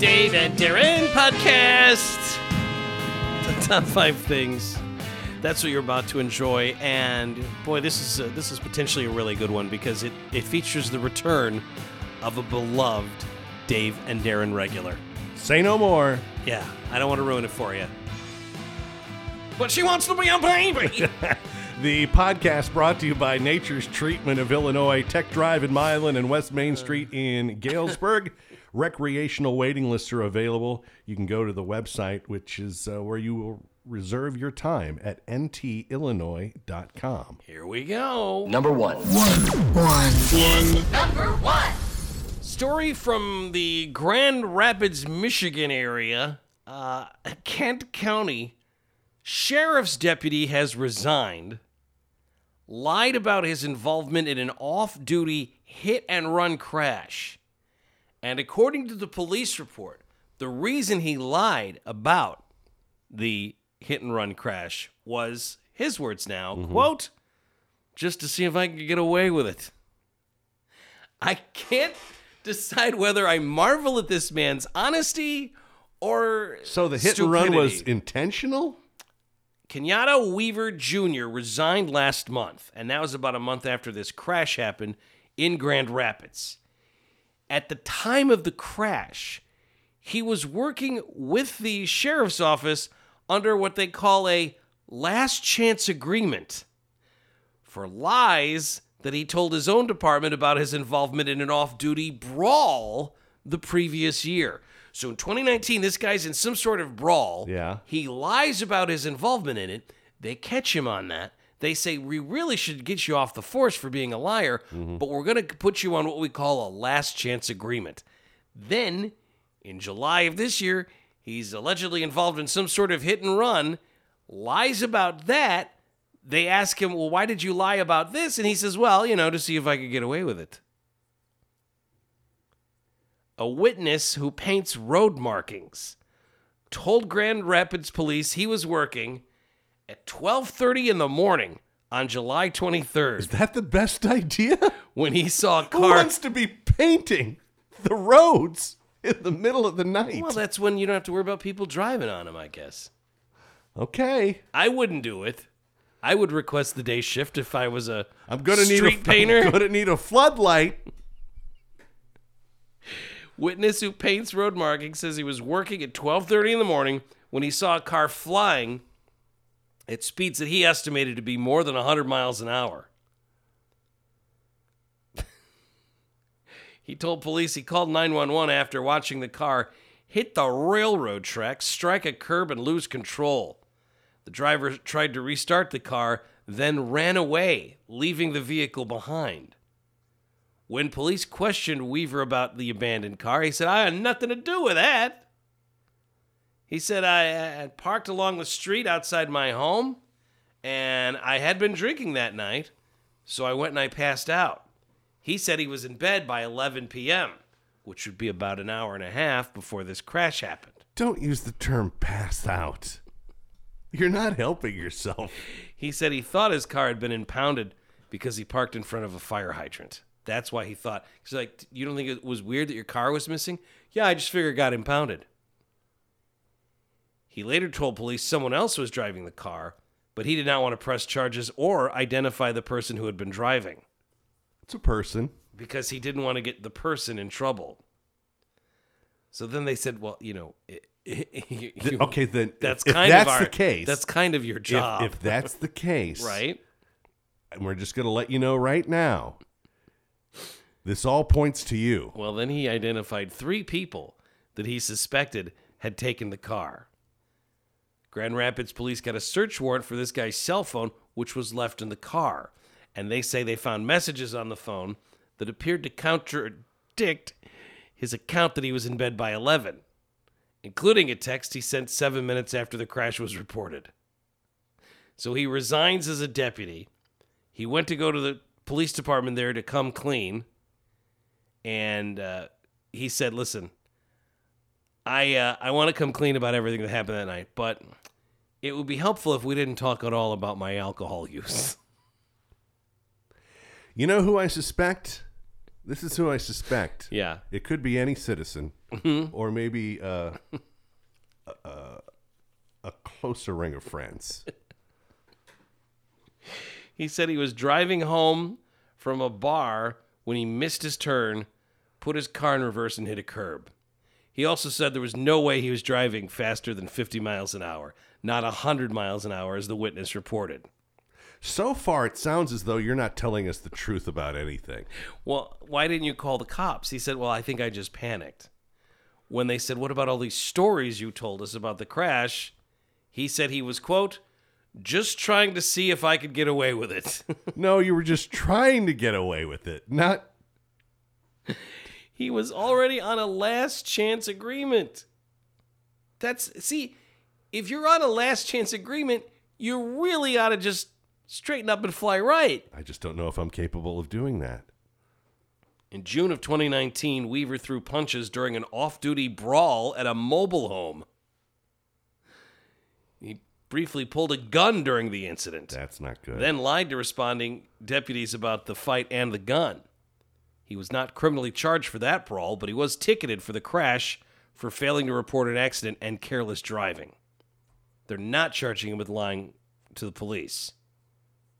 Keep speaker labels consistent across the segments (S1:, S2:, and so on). S1: Dave and Darren podcast. The top five things. That's what you're about to enjoy, and boy, this is a, this is potentially a really good one because it it features the return of a beloved Dave and Darren regular.
S2: Say no more.
S1: Yeah, I don't want to ruin it for you. But she wants to be a baby.
S2: The podcast brought to you by Nature's Treatment of Illinois, Tech Drive in Milan and West Main Street in Galesburg. Recreational waiting lists are available. You can go to the website, which is uh, where you will reserve your time at ntillinois.com.
S1: Here we go.
S3: Number one.
S1: Story from the Grand Rapids, Michigan area. Uh, Kent County sheriff's deputy has resigned, lied about his involvement in an off duty hit and run crash. And according to the police report, the reason he lied about the hit and run crash was his words now
S2: Mm-hmm.
S1: quote, just to see if I could get away with it. I can't decide whether I marvel at this man's honesty or
S2: So the hit and run was
S1: stupidity.
S2: intentional?
S1: Kenyatta Weaver Jr. resigned last month, and that was about a month after this crash happened in Grand Rapids. At the time of the crash, he was working with the sheriff's office under what they call a last chance agreement for lies that he told his own department about his involvement in an off duty brawl the previous year. So in 2019, this guy's in some sort of brawl.
S2: Yeah.
S1: He lies about his involvement in it. They catch him on that. They say, We really should get you off the force for being a liar, but we're going to put you on what we call a last chance agreement. Then, in July of this year, he's allegedly involved in some sort of hit and run, lies about that. They ask him, Well, why did you lie about this? And he says, Well, you know, to see if I could get away with it. A witness who paints road markings told Grand Rapids police he was working at 12:30 in the morning on July 23rd
S2: Is that the best idea?
S1: when he saw a
S2: Who
S1: car.
S2: wants to be painting the roads in the middle of the night?
S1: Well, that's when you don't have to worry about people driving on him, I guess.
S2: okay.
S1: I wouldn't do it. I would request the day shift if I was a
S2: I'm gonna need
S1: street
S2: a
S1: painter.
S2: I'm gonna need a floodlight.
S1: Witness who paints road markings says he was working at 12:30 in the morning when he saw a car flying at speeds that he estimated to be more than 100 miles an hour. he told police he called 911 after watching the car hit the railroad track, strike a curb and lose control. The driver tried to restart the car, then ran away, leaving the vehicle behind. When police questioned Weaver about the abandoned car, he said, I had nothing to do with that. He said, I had parked along the street outside my home, and I had been drinking that night, so I went and I passed out. He said he was in bed by 11 p.m., which would be about an hour and a half before this crash happened.
S2: Don't use the term pass out. You're not helping yourself.
S1: He said he thought his car had been impounded because he parked in front of a fire hydrant. That's why he thought. He's like, you don't think it was weird that your car was missing? Yeah, I just figured it got impounded. He later told police someone else was driving the car, but he did not want to press charges or identify the person who had been driving
S2: It's a person.
S1: because he didn't want to get the person in trouble. So then they said, well, you know, it,
S2: Th- okay, then if-
S1: that's
S2: if
S1: kind
S2: that's
S1: of our,
S2: the case.
S1: That's kind of your job,
S2: if, if that's the case,
S1: right?
S2: And we're just gonna let you know right now. This all points to you.
S1: Well, then he identified three people that he suspected had taken the car. Grand Rapids police got a search warrant for this guy's cell phone, which was left in the car. And they say they found messages on the phone that appeared to contradict his account that he was in bed by 11, including a text he sent seven minutes after the crash was reported. So he resigns as a deputy. He went to go to the police department there to come clean and uh, he said, "Listen, I uh, I want to come clean about everything that happened that night, but it would be helpful if we didn't talk at all about my alcohol use."
S2: You know who I suspect? This is who I suspect.
S1: Yeah. Mm-hmm.
S2: It could be any citizen, or maybe uh, a, a closer ring of friends.
S1: He said he was driving home from a bar when he missed his turn, put his car in reverse, and hit a curb. He also said there was no way he was driving faster than 50 miles an hour, not 100 miles an hour, as the witness reported.
S2: So far, it sounds as though you're not telling us the truth about anything.
S1: Well, why didn't you call the cops? He said, Well, I think I just panicked. When they said, What about all these stories you told us about the crash? He said he was, quote, just trying to see if I could get away with it.
S2: No, you were just trying to get away with it. Not
S1: He was already on a last chance agreement. That's see, if you're on a last chance agreement, you really ought to just straighten up and fly right.
S2: I just don't know if I'm capable of doing that.
S1: In June of 2019, Weaver threw punches during an off-duty brawl at a mobile home. He briefly pulled a gun during the incident.
S2: That's not good.
S1: then lied to responding deputies about the fight and the gun. He was not criminally charged for that brawl, but he was ticketed for the crash for failing to report an accident and careless driving. They're not charging him with lying to the police,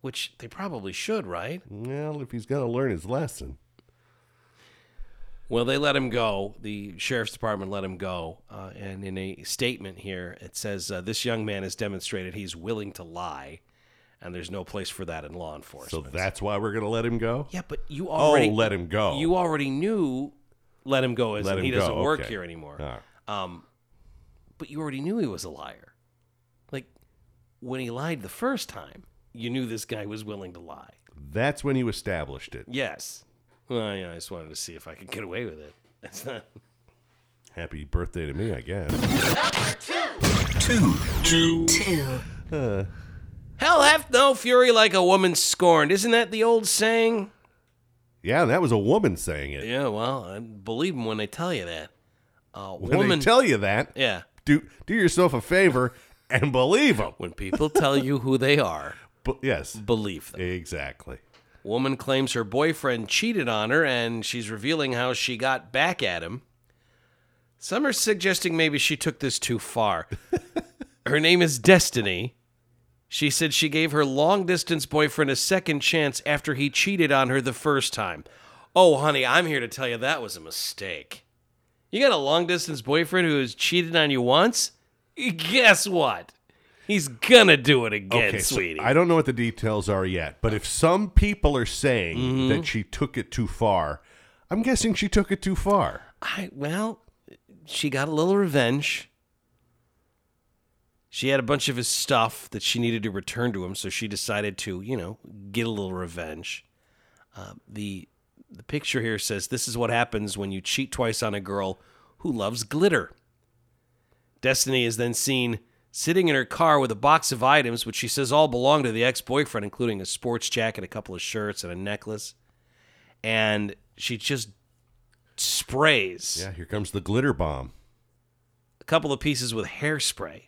S1: which they probably should, right?
S2: well, if he's going to learn his lesson.
S1: Well, they let him go. The sheriff's department let him go. Uh, and in a statement here, it says uh, this young man has demonstrated he's willing to lie, and there's no place for that in law
S2: So
S1: enforcement.
S2: that's why we're going to let him go?
S1: yeah, but you
S2: Oh,
S1: already
S2: let him go.
S1: you already knew let him go as
S2: Let him
S1: he doesn't
S2: go,
S1: work
S2: okay.
S1: here anymore.
S2: Ah,
S1: Um, but you already knew he was a liar. Like when he lied the first time, you knew this guy was willing to lie.
S2: that's when you established it.
S1: Yes. Well, yeah, I just wanted to see if I could get away with it. That's not.
S2: Happy birthday to me, I guess.
S3: two,
S1: Hell hath no fury like a woman scorned. Isn't that the old saying?
S2: Yeah, that was a woman saying it.
S1: Yeah. Well, I believe them when they tell you that. Uh,
S2: When
S1: woman.
S2: they tell you that,
S1: yeah.
S2: do do yourself a favor and believe them.
S1: When people tell you who they are,
S2: But yes,
S1: believe them.
S2: exactly.
S1: Woman claims her boyfriend cheated on her and she's revealing how she got back at him. Some are suggesting maybe she took this too far. her name is Destiny. She said she gave her long distance boyfriend a second chance after he cheated on her the first time. Oh, honey, I'm here to tell you that was a mistake. You got a long distance boyfriend who has cheated on you once? Guess what? He's gonna do it again,
S2: Okay, so
S1: sweetie.
S2: I don't know what the details are yet, but if some people are saying that she took it too far, I'm guessing she took it too far.
S1: I well, she got a little revenge. She had a bunch of his stuff that she needed to return to him, so she decided to, you know, get a little revenge. Uh, the the picture here says this is what happens when you cheat twice on a girl who loves glitter. Destiny is then seen sitting in her car with a box of items which she says all belong to the ex-boyfriend including a sports jacket, a couple of shirts and a necklace. And she just sprays
S2: Yeah, here comes the glitter bomb.
S1: a couple of pieces with hairspray.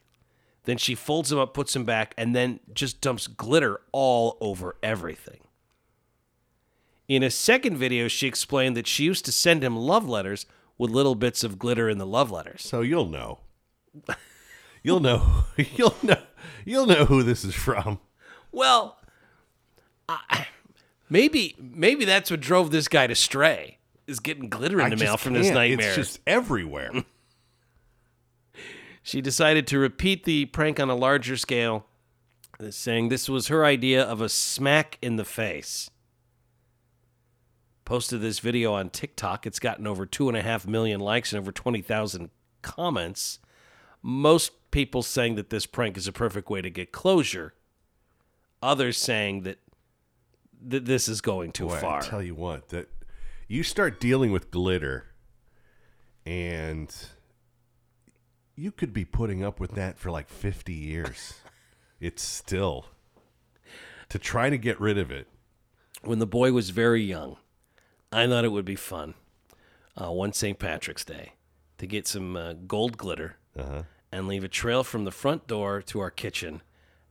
S1: Then she folds them up, puts them back, and then just dumps glitter all over everything. In a second video, she explained that she used to send him love letters with little bits of glitter in the love letters.
S2: So you'll know. You'll know. You'll know. You'll know who this is from.
S1: Well, maybe maybe that's what drove this guy to stray is getting glitter in
S2: I
S1: the
S2: just
S1: mail from this
S2: can't.
S1: nightmare.
S2: It's just everywhere.
S1: She decided to repeat the prank on a larger scale, saying this was her idea of a smack in the face. Posted this video on TikTok. It's gotten over two and a half million likes and over 20,000 comments. Most people saying that this prank is a perfect way to get closure, others saying that th- this is going too
S2: Boy, I
S1: far.
S2: tell you what, that you start dealing with glitter, and you could be putting up with that for like fifty years. it's still to try to get rid of it.
S1: when the boy was very young, I thought it would be fun uh, one St. Patrick's Day to get some uh, gold glitter and leave a trail from the front door to our kitchen,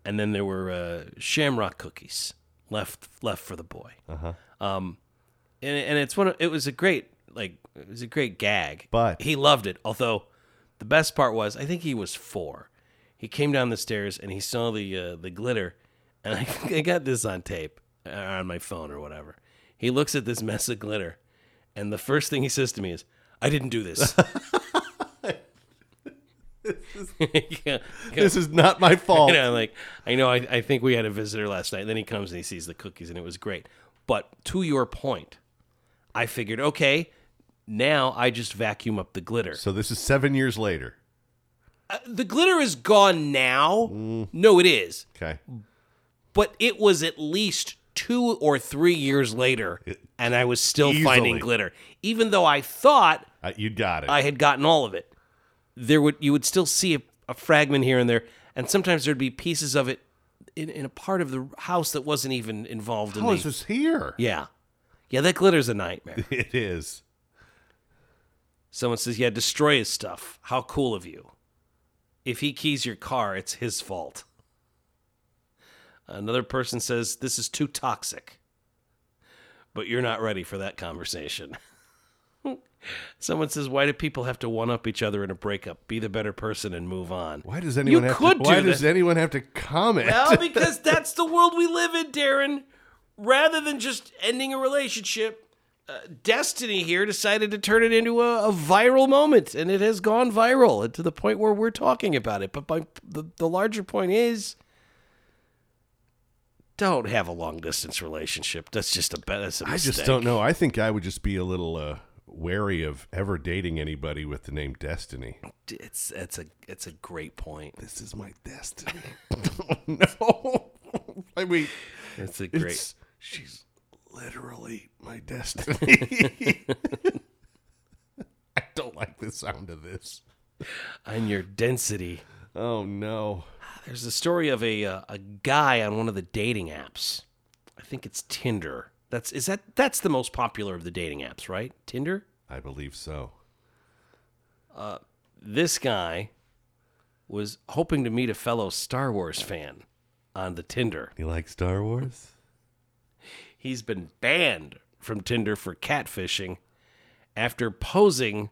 S1: and then there were uh, shamrock cookies left left for the boy. Um, and and it's one. Of, it was a great like it was a great gag.
S2: But-
S1: he loved it. Although the best part was, I think he was four. He came down the stairs and he saw the uh, the glitter, and I, I got this on tape uh, on my phone or whatever. He looks at this mess of glitter, and the first thing he says to me is, "I didn't do this." Yeah, yeah.
S2: This is not my fault.
S1: You know, like I know, I, I think we had a visitor last night. And then he comes and he sees the cookies, and it was great. But to your point, I figured, okay, now I just vacuum up the glitter.
S2: So this is seven years later.
S1: Uh, the glitter is gone now. No, it is,
S2: Okay.
S1: but it was at least two or three years later, and I was still
S2: Easily.
S1: finding glitter, even though I thought
S2: Uh, you got it.
S1: I had gotten all of it. There would you would still see a, a fragment here and there, and sometimes there'd be pieces of it in, in a part of the house that wasn't even involved in
S2: How
S1: the
S2: is this here?
S1: yeah, yeah. That glitter's a nightmare.
S2: It is.
S1: Someone says, "Yeah, destroy his stuff. How cool of you! If he keys your car, it's his fault." Another person says, "This is too toxic." But you're not ready for that conversation. Someone says, "Why do people have to one up each other in a breakup? Be the better person and move on."
S2: Why does anyone have
S1: could
S2: to,
S1: do
S2: Why
S1: that.
S2: does anyone have to comment?
S1: Well, because that's the world we live in, Darren. Rather than just ending a relationship, uh, Destiny here decided to turn it into a, a viral moment, and it has gone viral and to the point where we're talking about it. But my, the, the larger point is don't have a long distance relationship. That's just a, be- that's a
S2: I
S1: mistake.
S2: just don't know. I think I would just be a little uh, wary of ever dating anybody with the name Destiny.
S1: It's, it's, a, it's a great point.
S2: This is my destiny. no. I mean,
S1: It's a
S2: it's,
S1: great.
S2: she's literally my destiny. I don't like the sound of this.
S1: And your density.
S2: Oh, no.
S1: There's a story of a uh, a guy on one of the dating apps. I think it's Tinder. That's is that that's the most popular of the dating apps, right? Tinder.
S2: I believe so.
S1: This guy was hoping to meet a fellow Star Wars fan on the Tinder.
S2: You like Star Wars?
S1: He's been banned from Tinder for catfishing after posing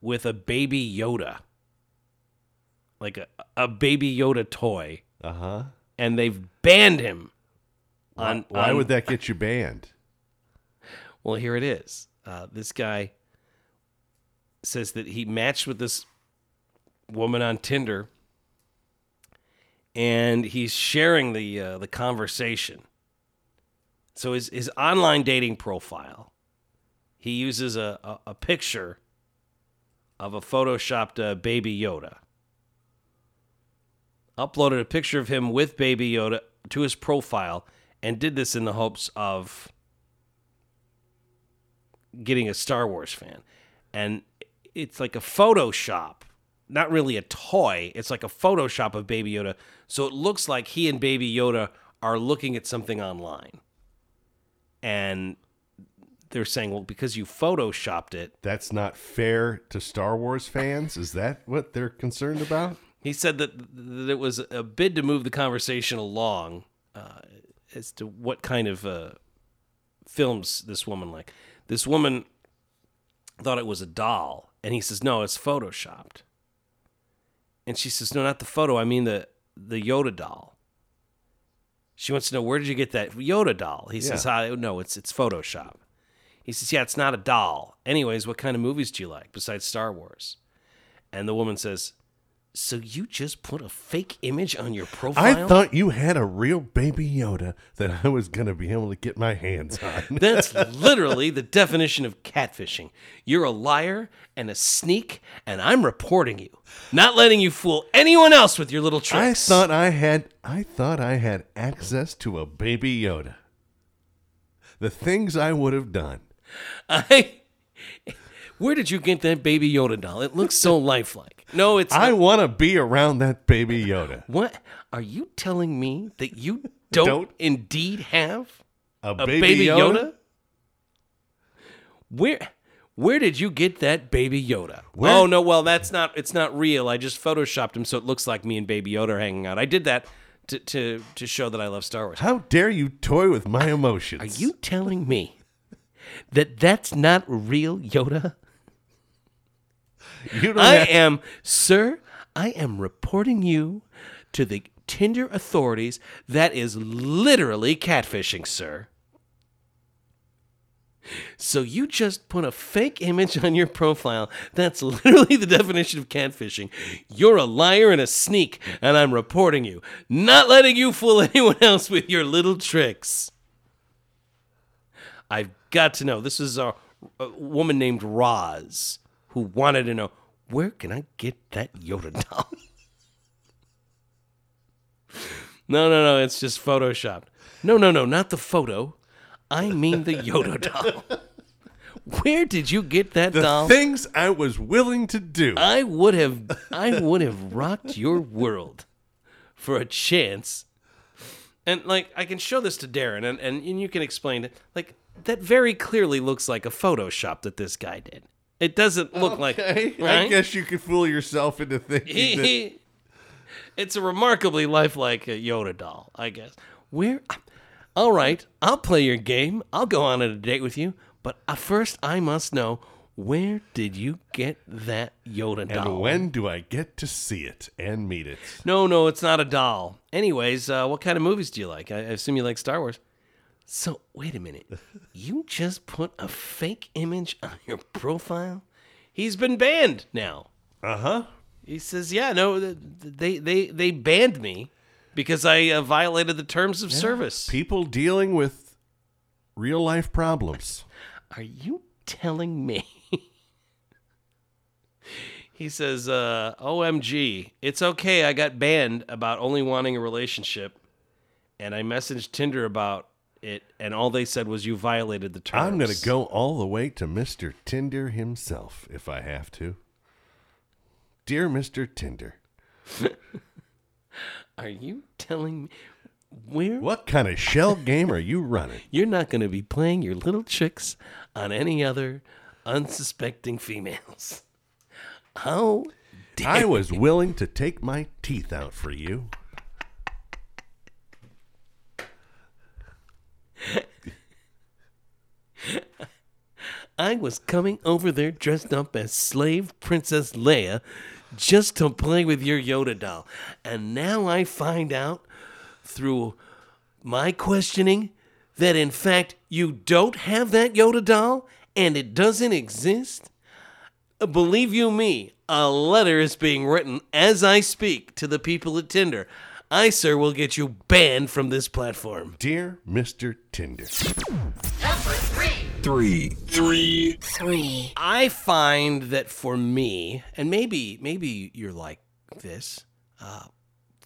S1: with a baby Yoda. Like a, a baby Yoda toy
S2: Uh huh.
S1: and they've banned him on
S2: Why, why
S1: on-
S2: would that get you banned?
S1: Well, here it is. Uh, this guy says that he matched with this woman on Tinder, and he's sharing the uh, the conversation. So his his online dating profile, he uses a a, a picture of a photoshopped uh, baby Yoda. Uploaded a picture of him with baby Yoda to his profile, and did this in the hopes of getting a Star Wars fan. And it's like a Photoshop, not really a toy. It's like a Photoshop of Baby Yoda. So it looks like he and Baby Yoda are looking at something online. And they're saying, well, because you Photoshopped it,
S2: That's not fair to Star Wars fans. Is that what they're concerned about?
S1: He said that, that it was a bid to move the conversation along uh, as to what kind of uh, films this woman like. This woman thought it was a doll, and he says, "No, it's photoshopped." And she says, "No, not the photo. I mean the the Yoda doll." She wants to know where did you get that Yoda doll? He says, "I no, it's it's Photoshop." He says, "Yeah, it's not a doll." Anyways, what kind of movies do you like besides Star Wars? And the woman says, so you just put a fake image on your profile?
S2: I thought you had a real baby Yoda that I was going to be able to get my hands on.
S1: That's literally the definition of catfishing. You're a liar and a sneak, and I'm reporting you. Not letting you fool anyone else with your little
S2: I
S1: tricks.
S2: thought I had I thought I had access to a baby Yoda. The things I would have done.
S1: I- Where did you get that baby Yoda doll? It looks so lifelike. No, it's
S2: I want to be around that baby Yoda.
S1: what? Are you telling me that you don't,
S2: Don't-
S1: indeed have
S2: A,
S1: a baby, Yoda? Where where did you get that baby Yoda?
S2: Where-
S1: Oh no, well that's not it's not real. I just photoshopped him so it looks like me and baby Yoda are hanging out. I did that to to to show that I love Star Wars.
S2: How dare you toy with my emotions?
S1: Are you telling me that that's not real Yoda?
S2: You don't
S1: I
S2: have-
S1: am, sir, I am reporting you to the Tinder authorities. That is literally catfishing, sir. So you just put a fake image on your profile. That's literally the definition of catfishing. You're a liar and a sneak, and I'm reporting you. Not letting you fool anyone else with your little tricks. I've got to know. This is a, a woman named Roz who wanted to know where can I get that Yoda doll? no, no, no. It's just photoshopped. No, no, no. Not the photo. I mean the Yoda doll. Where did you get that
S2: the
S1: doll?
S2: things I was willing to do.
S1: I would have I would have rocked your world for a chance. And like I can show this to Darren and, and, and you can explain it. Like that very clearly looks like a Photoshop that this guy did. It doesn't look like
S2: Okay, I
S1: right?
S2: guess you could fool yourself into thinking that
S1: it's a remarkably lifelike uh, Yoda doll, I guess. Where? All right, I'll play your game. I'll go on a date with you, but uh, first I must know where did you get that Yoda doll?
S2: And when do I get to see it and meet it?
S1: No, no, it's not a doll. Anyways, uh, what kind of movies do you like? I, I assume you like Star Wars. So, wait a minute. You just put a fake image on your profile? He's been banned now.
S2: Uh huh.
S1: He says, "Yeah, no, th- they they they banned me because I uh, violated the terms of service."
S2: People dealing with real life problems.
S1: Are you telling me? he says, uh, OMG, it's okay. I got banned about only wanting a relationship. And I messaged Tinder about it. And all they said was, you violated the terms.
S2: I'm going to go all the way to Mr. Tinder himself if I have to. Dear Mr. Tinder,
S1: Are you telling me? Where?
S2: what kind of shell game are you running?
S1: You're not going to be playing your little tricks on any other unsuspecting females. How?
S2: I was willing to take my teeth out for you.
S1: I was coming over there dressed up as slave Princess Leia just to play with your Yoda doll. And now I find out through my questioning that in fact you don't have that Yoda doll and it doesn't exist. Believe you me, a letter is being written as I speak to the people at Tinder. I, sir, will get you banned from this platform.
S2: Dear Mr. Tinder.
S3: three, three,
S4: three,
S1: I find that for me, and maybe maybe you're like this. Uh,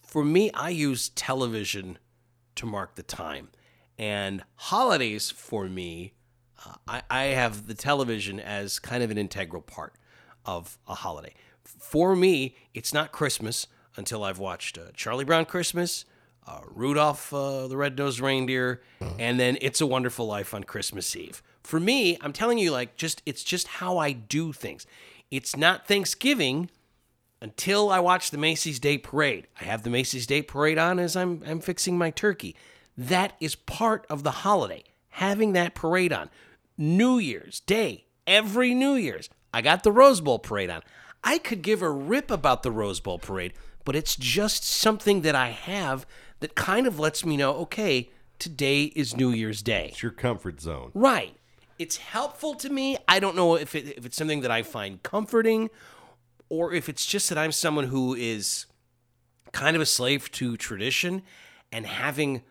S1: for me, I use television to mark the time, and holidays for me, uh, I, I have the television as kind of an integral part of a holiday. For me, it's not Christmas until I've watched uh, Charlie Brown Christmas, uh, Rudolph uh, the Red-Nosed Reindeer, and then It's a Wonderful Life on Christmas Eve. For me, I'm telling you, like, just it's just how I do things. It's not Thanksgiving until I watch the Macy's Day Parade. I have the Macy's Day Parade on as I'm I'm fixing my turkey. That is part of the holiday. Having that parade on. New Year's Day, every New Year's, I got the Rose Bowl parade on. I could give a rip about the Rose Bowl parade, but it's just something that I have that kind of lets me know, okay, today is New Year's Day.
S2: It's your comfort zone.
S1: Right. It's helpful to me. I don't know if, it, if it's something that I find comforting or if it's just that I'm someone who is kind of a slave to tradition and having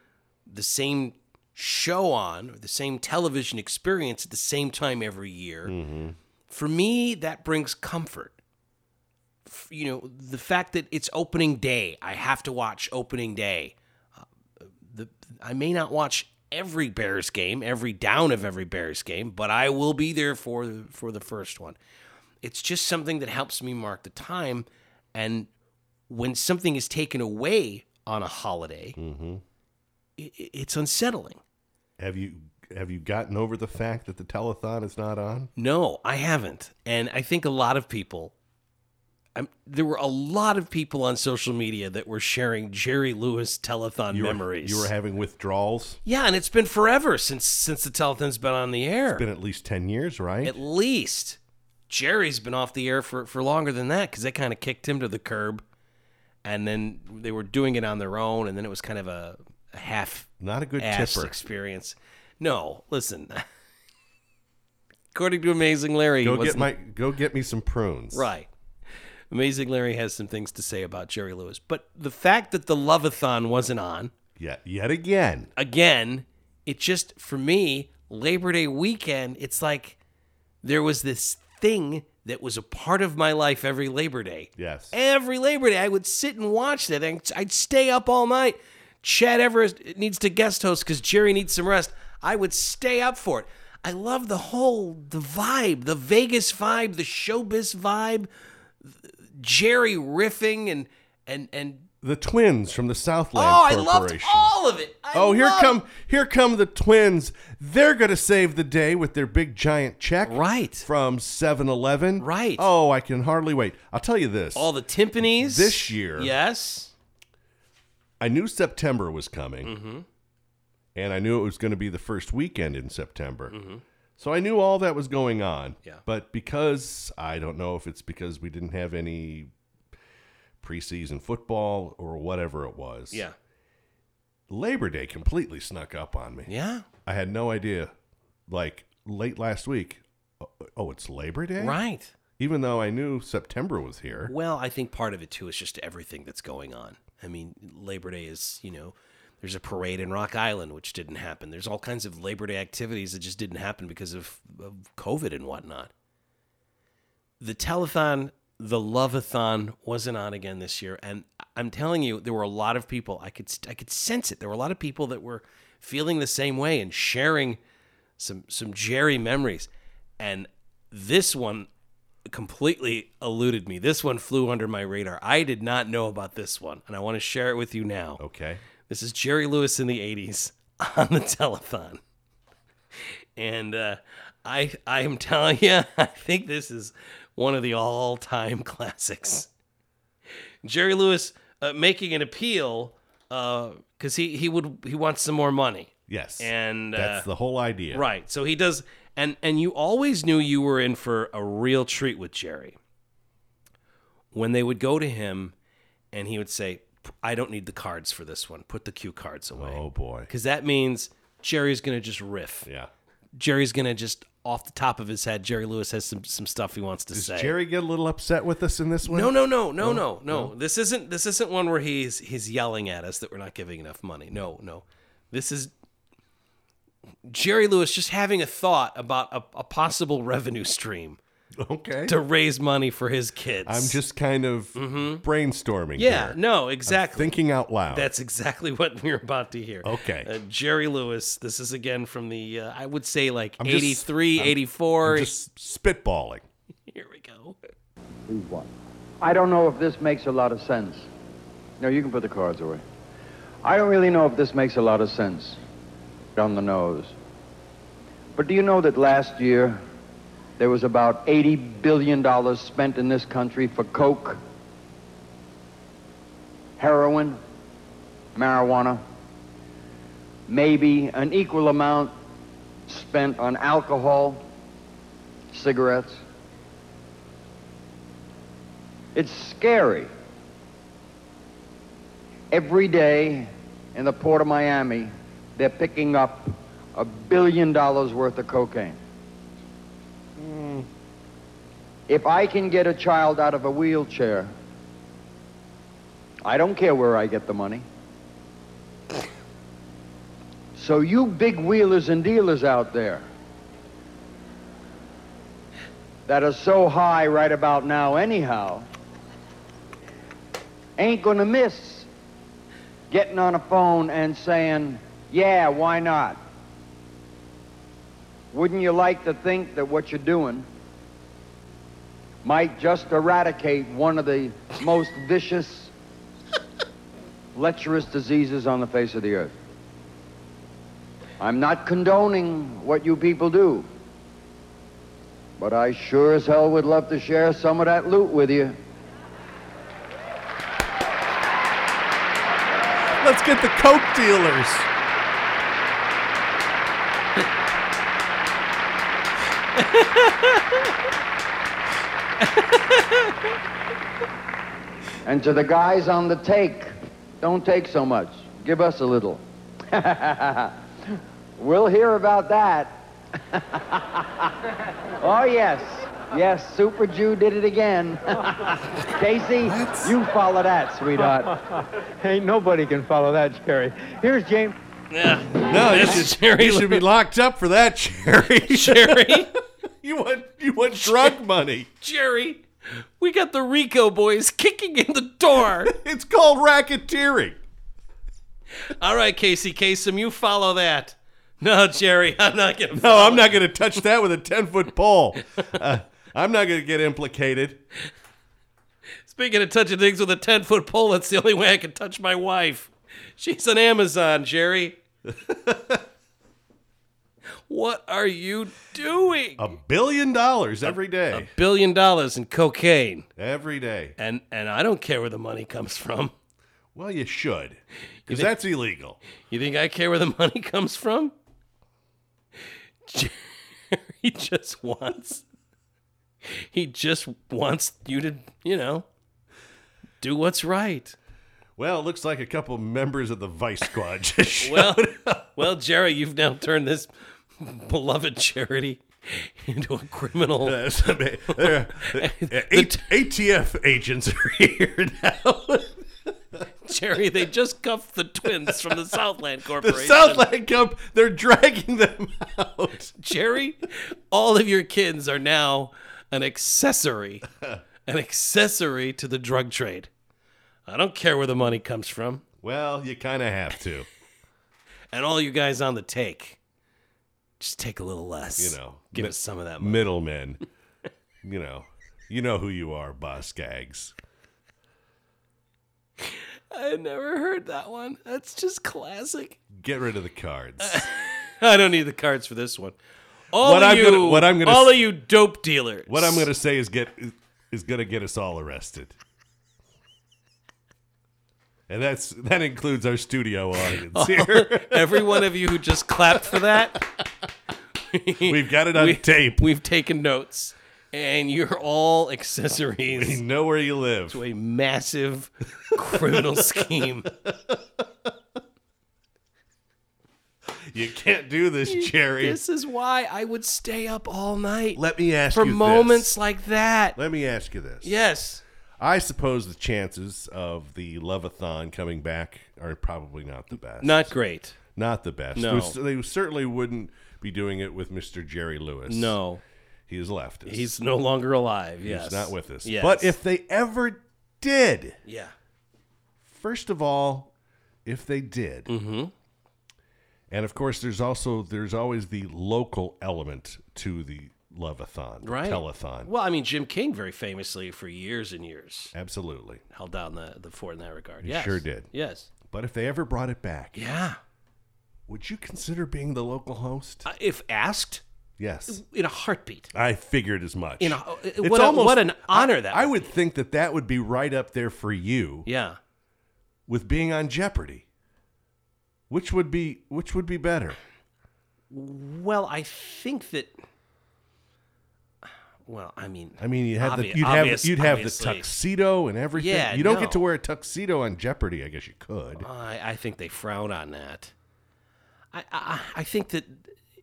S1: the same show on or the same television experience at the same time every year. For me, that brings comfort. F- You know, the fact that it's opening day, I have to watch opening day the I may not watch every Bears game, every down of every Bears game, but I will be there for the, for the first one. It's just something that helps me mark the time and when something is taken away on a holiday,
S2: Mm-hmm.
S1: i- i- it's unsettling.
S2: Have you have you gotten over the fact that the telethon is not on?
S1: No, I haven't. And I think a lot of people I'm, there were a lot of people on social media that were sharing Jerry Lewis telethon
S2: You were-
S1: memories.
S2: you were having withdrawals.
S1: yeah, and it's been forever since since the telethon's been on the air.
S2: Been at least ten years, right?
S1: At least Jerry's been off the air for, for longer than that because they kind of kicked him to the curb. And then they were doing it on their own. And then it was kind of a, a half
S2: Not a good
S1: ass
S2: tipper.
S1: experience. No, listen. According to Amazing Larry, he
S2: Go
S1: wasn't-
S2: get my go get me some prunes.
S1: Right. Amazing Larry has some things to say about Jerry Lewis. But the fact that the Loveathon wasn't on,
S2: Yet yet again.
S1: again, it just, for me, Labor Day weekend, it's like there was this thing that was a part of my life every Labor Day.
S2: Yes.
S1: Every Labor Day, I would sit and watch that. and I'd stay up all night. Chad Everest needs to guest host because Jerry needs some rest. I would stay up for it. I love the whole the vibe, the Vegas vibe, the showbiz vibe, Jerry riffing and and and
S2: the twins from the Southland
S1: oh, I loved
S2: Corporation.
S1: all of it. I
S2: oh, here
S1: loved-
S2: come here come the twins. They're going to save the day with their big giant check
S1: right
S2: from 7-Eleven.
S1: Right.
S2: Oh, I can hardly wait. I'll tell you this.
S1: all the timpanis
S2: This year-
S1: Yes,
S2: I knew September was coming,
S1: Mm-hmm.
S2: and I knew it was going to be the first weekend in September. So I knew all that was going on.
S1: Mm-hmm. Yeah.
S2: But because I don't know if it's because we didn't have any preseason football or whatever it was,
S1: yeah,
S2: Labor Day completely snuck up on me.
S1: yeah,
S2: I had no idea. Like late last week, oh, oh, it's Labor Day?
S1: right.
S2: Even though I knew September was here.
S1: Well, I think part of it too is just everything that's going on. I mean, Labor Day is, you know, there's a parade in Rock Island which didn't happen. There's all kinds of Labor Day activities that just didn't happen because of, of COVID and whatnot. The telethon, the loveathon wasn't on again this year, and I'm telling you, there were a lot of people. I could I could sense it. There were a lot of people that were feeling the same way and sharing some some Jerry memories, and this one completely eluded me. This one flew under my radar. I did not know about this one, and I want to share it with you now.
S2: Okay.
S1: This is Jerry Lewis in the '80s on the telethon, and uh, I I am telling you, I think this is one of the all-time classics. Jerry Lewis uh, making an appeal because he he would he wants some more money,
S2: Yes.
S1: and uh,
S2: That's the whole idea.
S1: Right. So he does and and you always knew you were in for a real treat with Jerry. When they would go to him and he would say, "I don't need the cards for this one. Put the cue cards away."
S2: Oh, boy.
S1: Cuz that means Jerry's going to just riff.
S2: Yeah.
S1: Jerry's going to just off the top of his head, Jerry Lewis has some some stuff he wants to say.
S2: Jerry get a little upset with us in this one?
S1: No, no, no, no, no, no. This isn't this isn't one where he's he's yelling at us that we're not giving enough money. No, no. This is Jerry Lewis just having a thought about a, a possible revenue stream
S2: Okay.
S1: to raise money for his kids.
S2: I'm just kind of brainstorming
S1: Mm-hmm. yeah,
S2: here.
S1: no, exactly.
S2: Thinking out loud.
S1: That's exactly what we're about to hear.
S2: Okay.
S1: Uh, Jerry Lewis, this is again from the, uh, I would say like
S2: just-
S1: 83,
S2: I'm-
S1: 84.
S2: just spitballing.
S1: Here we go.
S3: I don't know if this makes a lot of sense. No, you can put the cards away. I don't really know if this makes a lot of sense. On the nose. But do you know that last year there was about $80 billion spent in this country for coke, heroin, marijuana, maybe an equal amount spent on alcohol, cigarettes? It's scary. Every day in the port of Miami, they're picking up a billion dollars worth of cocaine. If I can get a child out of a wheelchair, I don't care where I get the money. So, you big wheelers and dealers out there that are so high right about now, anyhow, ain't gonna miss getting on a phone and saying, yeah, why not? Wouldn't you like to think that what you're doing might just eradicate one of the most vicious, lecherous diseases on the face of the earth? I'm not condoning what you people do, but I sure as hell would love to share some of that loot with you.
S2: Let's get the Coke dealers.
S3: And to the guys on the take, don't take so much. Give us a little. we'll hear about that. oh, yes. Yes, Super Jew did it again. Casey, you follow that, sweetheart.
S4: Ain't nobody can follow that, Jerry. Here's James.
S2: No, you
S1: This is
S2: should,
S1: Jerry
S2: you should be locked up for that, Jerry.
S1: Jerry,
S2: you want you want drug money.
S1: Jerry, we got the Rico boys kicking in the door.
S2: It's called racketeering.
S1: All right, Casey Kasem, you follow that. No, Jerry, I'm not gonna.
S2: No, I'm not going to touch that with a ten foot pole. Uh, I'm not going to get implicated.
S1: Speaking of touching things with a ten foot pole, that's the only way I can touch my wife. She's an Amazon, Jerry. what are you doing?
S2: A billion dollars every day,
S1: billion dollars in cocaine,
S2: every day.
S1: and and I don't care where the money comes from.
S2: Well, you should, because that's illegal.
S1: You think I care where the money comes from? Jerry just wants. He just wants you to, you know, do what's right.
S2: Well, it looks like a couple members of the Vice Squad just showed
S1: Well, well, Jerry, you've now turned this beloved charity into a criminal.
S2: Uh, so they- they're- uh, AT- ATF agents are here now.
S1: Jerry, they just cuffed the twins from the Southland
S2: The
S1: Corporation.
S2: Southland Cup, they're dragging them out.
S1: Jerry, all of your kids are now an accessory, an accessory to the drug trade. I don't care where the money comes from.
S2: Well, you kind of have to,
S1: And all you guys on the take, just take a little less.
S2: you know.
S1: give
S2: Mi-
S1: us some of that money.
S2: middlemen. you know, you know who you are, boss gags.
S1: I never heard that one. That's just classic.
S2: Get rid of the cards.
S1: I don't need the cards for this one. All
S2: What
S1: of
S2: I'm
S1: you,
S2: gonna- what I'm gonna
S1: all
S2: s-
S1: of you dope dealers.
S2: what I'm going to say is get is going to get us all arrested. And that's that includes our studio
S1: Oh,
S2: audience here.
S1: every one of you who just clapped for that,
S2: We've got it on tape.
S1: we've taken notes, and you're all accessories.
S2: We know where you live.
S1: to a massive criminal scheme.
S2: You can't do this, Jerry.
S1: This is why I would stay up all night
S2: Let me ask
S1: for
S2: you
S1: moments
S2: This.
S1: like that.
S2: Let me ask you this.
S1: Yes.
S2: I suppose the chances of the Levathon coming back are probably not the best.
S1: Not great.
S2: not the best.
S1: No.
S2: They certainly wouldn't be doing it with Mr. Jerry Lewis.
S1: No.
S2: He is left. us.
S1: He's no longer alive.
S2: He's
S1: Yes.
S2: not with us.
S1: Yes.
S2: But if they ever did,
S1: Yeah.
S2: first of all, if they did,
S1: Mm-hmm.
S2: and of course, there's also there's always the local element to the Levathon,
S1: Right.
S2: telethon.
S1: Well, I mean, Jim King very famously for years and years
S2: Absolutely.
S1: held down the, the fort in that regard. Yes.
S2: sure did.
S1: Yes.
S2: But if they ever brought it back,
S1: Yeah.
S2: would you consider being the local host?
S1: Uh, if asked,
S2: yes.
S1: in a heartbeat.
S2: I figured as much.
S1: In a, uh, what, a- what an honor that
S2: I
S1: would
S2: would think that that would be right up there for you
S1: be. Yeah.
S2: with being on Jeopardy. Which would be which would be better?
S1: Well, I think that. Well, I mean,
S2: I mean, you have
S1: Obvi-
S2: the you'd
S1: obvious-
S2: have you'd have
S1: obviously.
S2: the tuxedo and everything.
S1: Yeah,
S2: you don't
S1: no.
S2: get to wear a tuxedo on Jeopardy. I guess you could.
S1: I, I think they frown on that. I, I, I think that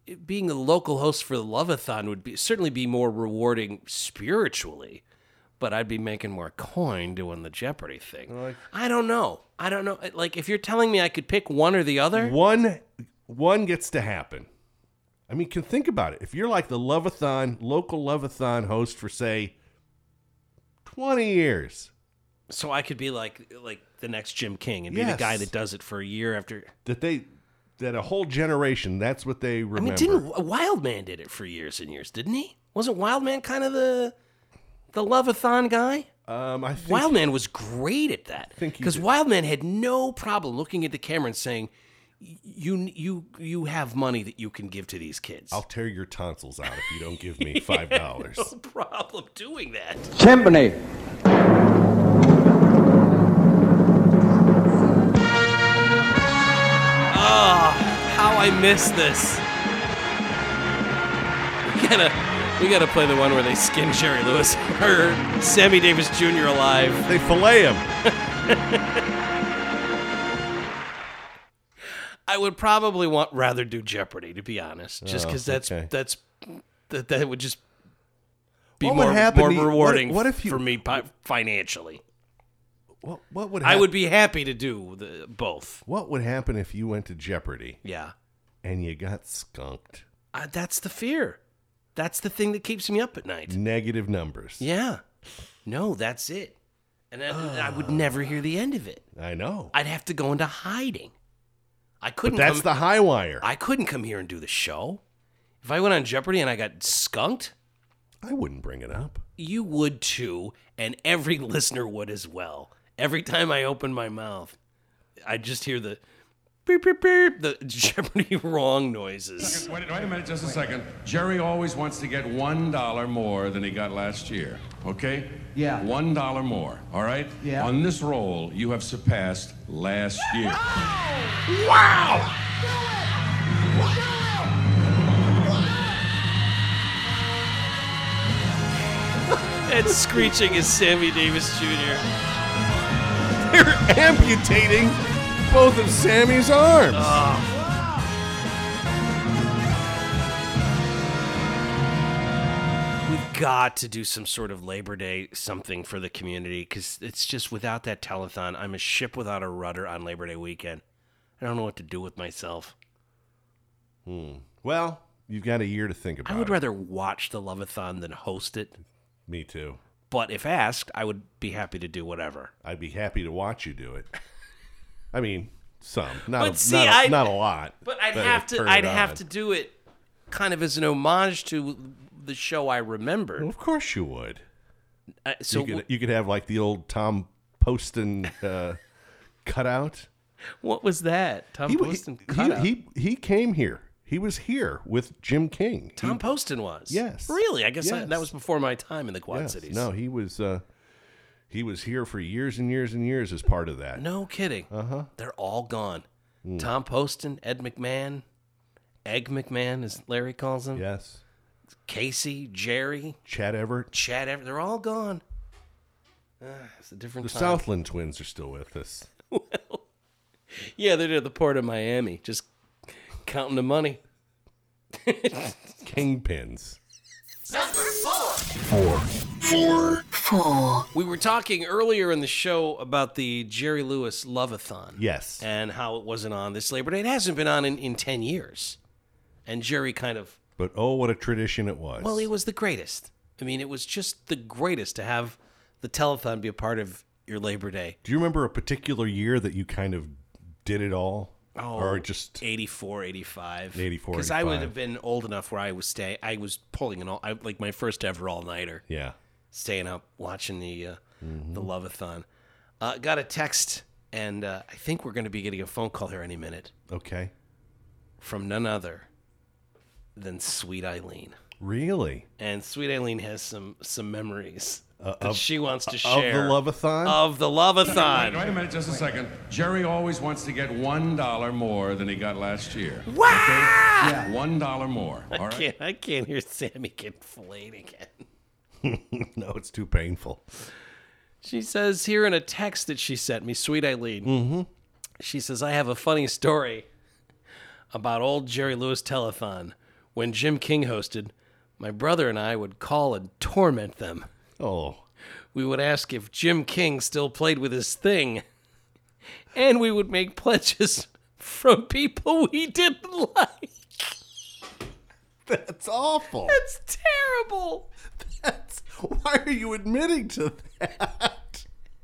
S1: it- being a local host for the Loveathon would be certainly be more rewarding spiritually, but I'd be making more coin doing the Jeopardy thing. I don't know. I don't know. Like, if you're telling me I could pick one or the other,
S2: One one gets to happen. I mean, can think about it. If you're like the Loveathon local Loveathon host for say twenty years,
S1: so I could be like like the next Jim King and be the
S2: Yes.
S1: guy that does it for a year after.
S2: that they that a whole generation that's what they
S1: I
S2: remember.
S1: mean, didn't Wildman did it for years and years, didn't he? Wasn't Wildman kind of the the Loveathon guy?
S2: um, I think
S1: Wildman was great at that
S2: think he
S1: because
S2: did.
S1: Wildman had no problem looking at the camera and saying, "You, you, you have money that you can give to these kids."
S2: I'll tear your tonsils out if you don't give me five dollars.
S1: no problem doing that.
S3: Timpani.
S1: Ah, I missed this. We gotta, we gotta play the one where they skin Jerry Lewis or Sammy Davis Jr. alive.
S2: They fillet him.
S1: I would probably want rather do Jeopardy to be honest, just because that's
S2: Oh, okay.
S1: that's that that would just be
S2: What would
S1: more
S2: happen
S1: more
S2: to you- what-
S1: rewarding.
S2: what if you-
S1: for me pi- financially?
S2: What, what would
S1: I
S2: hap-
S1: would be happy to do the, both.
S2: What would happen if you went to Jeopardy
S1: Yeah,
S2: and you got skunked?
S1: uh, that's the fear. That's the thing that keeps me up at night.
S2: Negative numbers.
S1: Yeah. No, that's it. And I, I would never hear the end of it.
S2: I know.
S1: I'd have to go into hiding. I
S2: but
S1: couldn't.
S2: that's
S1: come,
S2: the high wire. I,
S1: I couldn't come here and do the show. If I went on Jeopardy and I got skunked,
S2: wouldn't bring it up.
S1: you would too, and every listener would as well. Every time I open my mouth, I just hear the beep beep beep the Jeopardy wrong noises.
S5: Wait, wait a minute, just a second. Jerry always wants to get one dollar more than he got last year. Okay?
S4: Yeah.
S5: One dollar more. All right?
S4: Yeah.
S5: On this roll, you have surpassed last year.
S1: And screeching is Sammy Davis Jr.
S2: They're amputating both of Sammy's arms.
S1: Uh. We've got to do some sort of Labor Day something for the community because it's just without that telethon, I'm a ship without a rudder on Labor Day weekend. I don't know what to do with myself.
S2: well, you've got a year to think about
S1: I would
S2: it.
S1: rather watch the Loveathon than host it,
S2: Me too.
S1: but if asked, I would be happy to do whatever.
S2: I'd be happy to watch you do it. I mean, some. Not,
S1: But
S2: a,
S1: see,
S2: not, a-
S1: I'd-
S2: not a lot.
S1: But I'd
S2: I'd
S1: have to.
S2: turn
S1: I'd
S2: it
S1: have
S2: on.
S1: to do it kind of as an homage to the show I remember.
S2: Of course you would.
S1: Uh, so
S2: you, could,
S1: wh-
S2: you could have like the old Tom Poston uh, cutout.
S1: what was that? Tom
S2: He, wa-
S1: Poston.
S2: he-
S1: cutout?
S2: he, he, came here. He was here with Jim King. He-
S1: Tom Poston was.
S2: Yes.
S1: Really? I guess I,
S2: Yes.
S1: that was before my time in the Quad
S2: yes.
S1: Cities.
S2: No, he was uh, he was here for years and years and years as part of that.
S1: No kidding. Uh
S2: Uh-huh.
S1: huh. They're all gone.
S2: Hmm.
S1: Tom Poston, Ed McMahon, Egg McMahon, as Larry calls him.
S2: Yes.
S1: Casey, Jerry,
S2: Chad Everett.
S1: Chad. Ever- They're all gone. Ah, it's a different
S2: The
S1: time.
S2: Southland twins are still with us.
S1: Yeah, they're at the port of Miami, just counting the money.
S2: Kingpins.
S1: We were talking earlier in the show about the Jerry Lewis Loveathon.
S2: Yes.
S1: And how it wasn't on this Labor Day. It hasn't been on in, in 10 years. And Jerry kind of,
S2: But oh, what a tradition it was.
S1: well, it was the greatest. I mean, it was just the greatest to have the telethon be a part of your Labor Day.
S2: Do you remember a particular year that you kind of did it all? Oh, or just
S1: 84, 85.
S2: 84,
S1: Because I would
S2: 85.
S1: have been old enough where I was stay. I was pulling an all, I, like my first ever all nighter.
S2: yeah.
S1: staying up watching the uh, the Loveathon. Uh, got a text, and uh, I think we're going to be getting a phone call here any minute
S2: Okay.
S1: from none other than Sweet Eileen.
S2: Really?
S1: And Sweet Eileen has some some memories that
S2: Uh, of-
S1: she wants to
S2: Of
S1: share
S2: the Loveathon?
S1: of the Loveathon.
S5: Wait a minute, just a second. Jerry always wants to get one dollar more than he got last year.
S1: Wow!
S5: One dollar more. All
S1: I
S5: right.
S1: can't, I can't hear Sammy conflate again.
S2: no, it's too painful.
S1: She says here in a text that she sent me, sweet Eileen.
S2: Mm-hmm.
S1: She says, I have a funny story about old Jerry Lewis telethon. When Jim King hosted, my brother and I would call and torment them.
S2: Oh.
S1: We would ask if Jim King still played with his thing, and we would make pledges from people we didn't like.
S2: That's awful.
S1: It's terrible.
S2: That's, why are you admitting to that?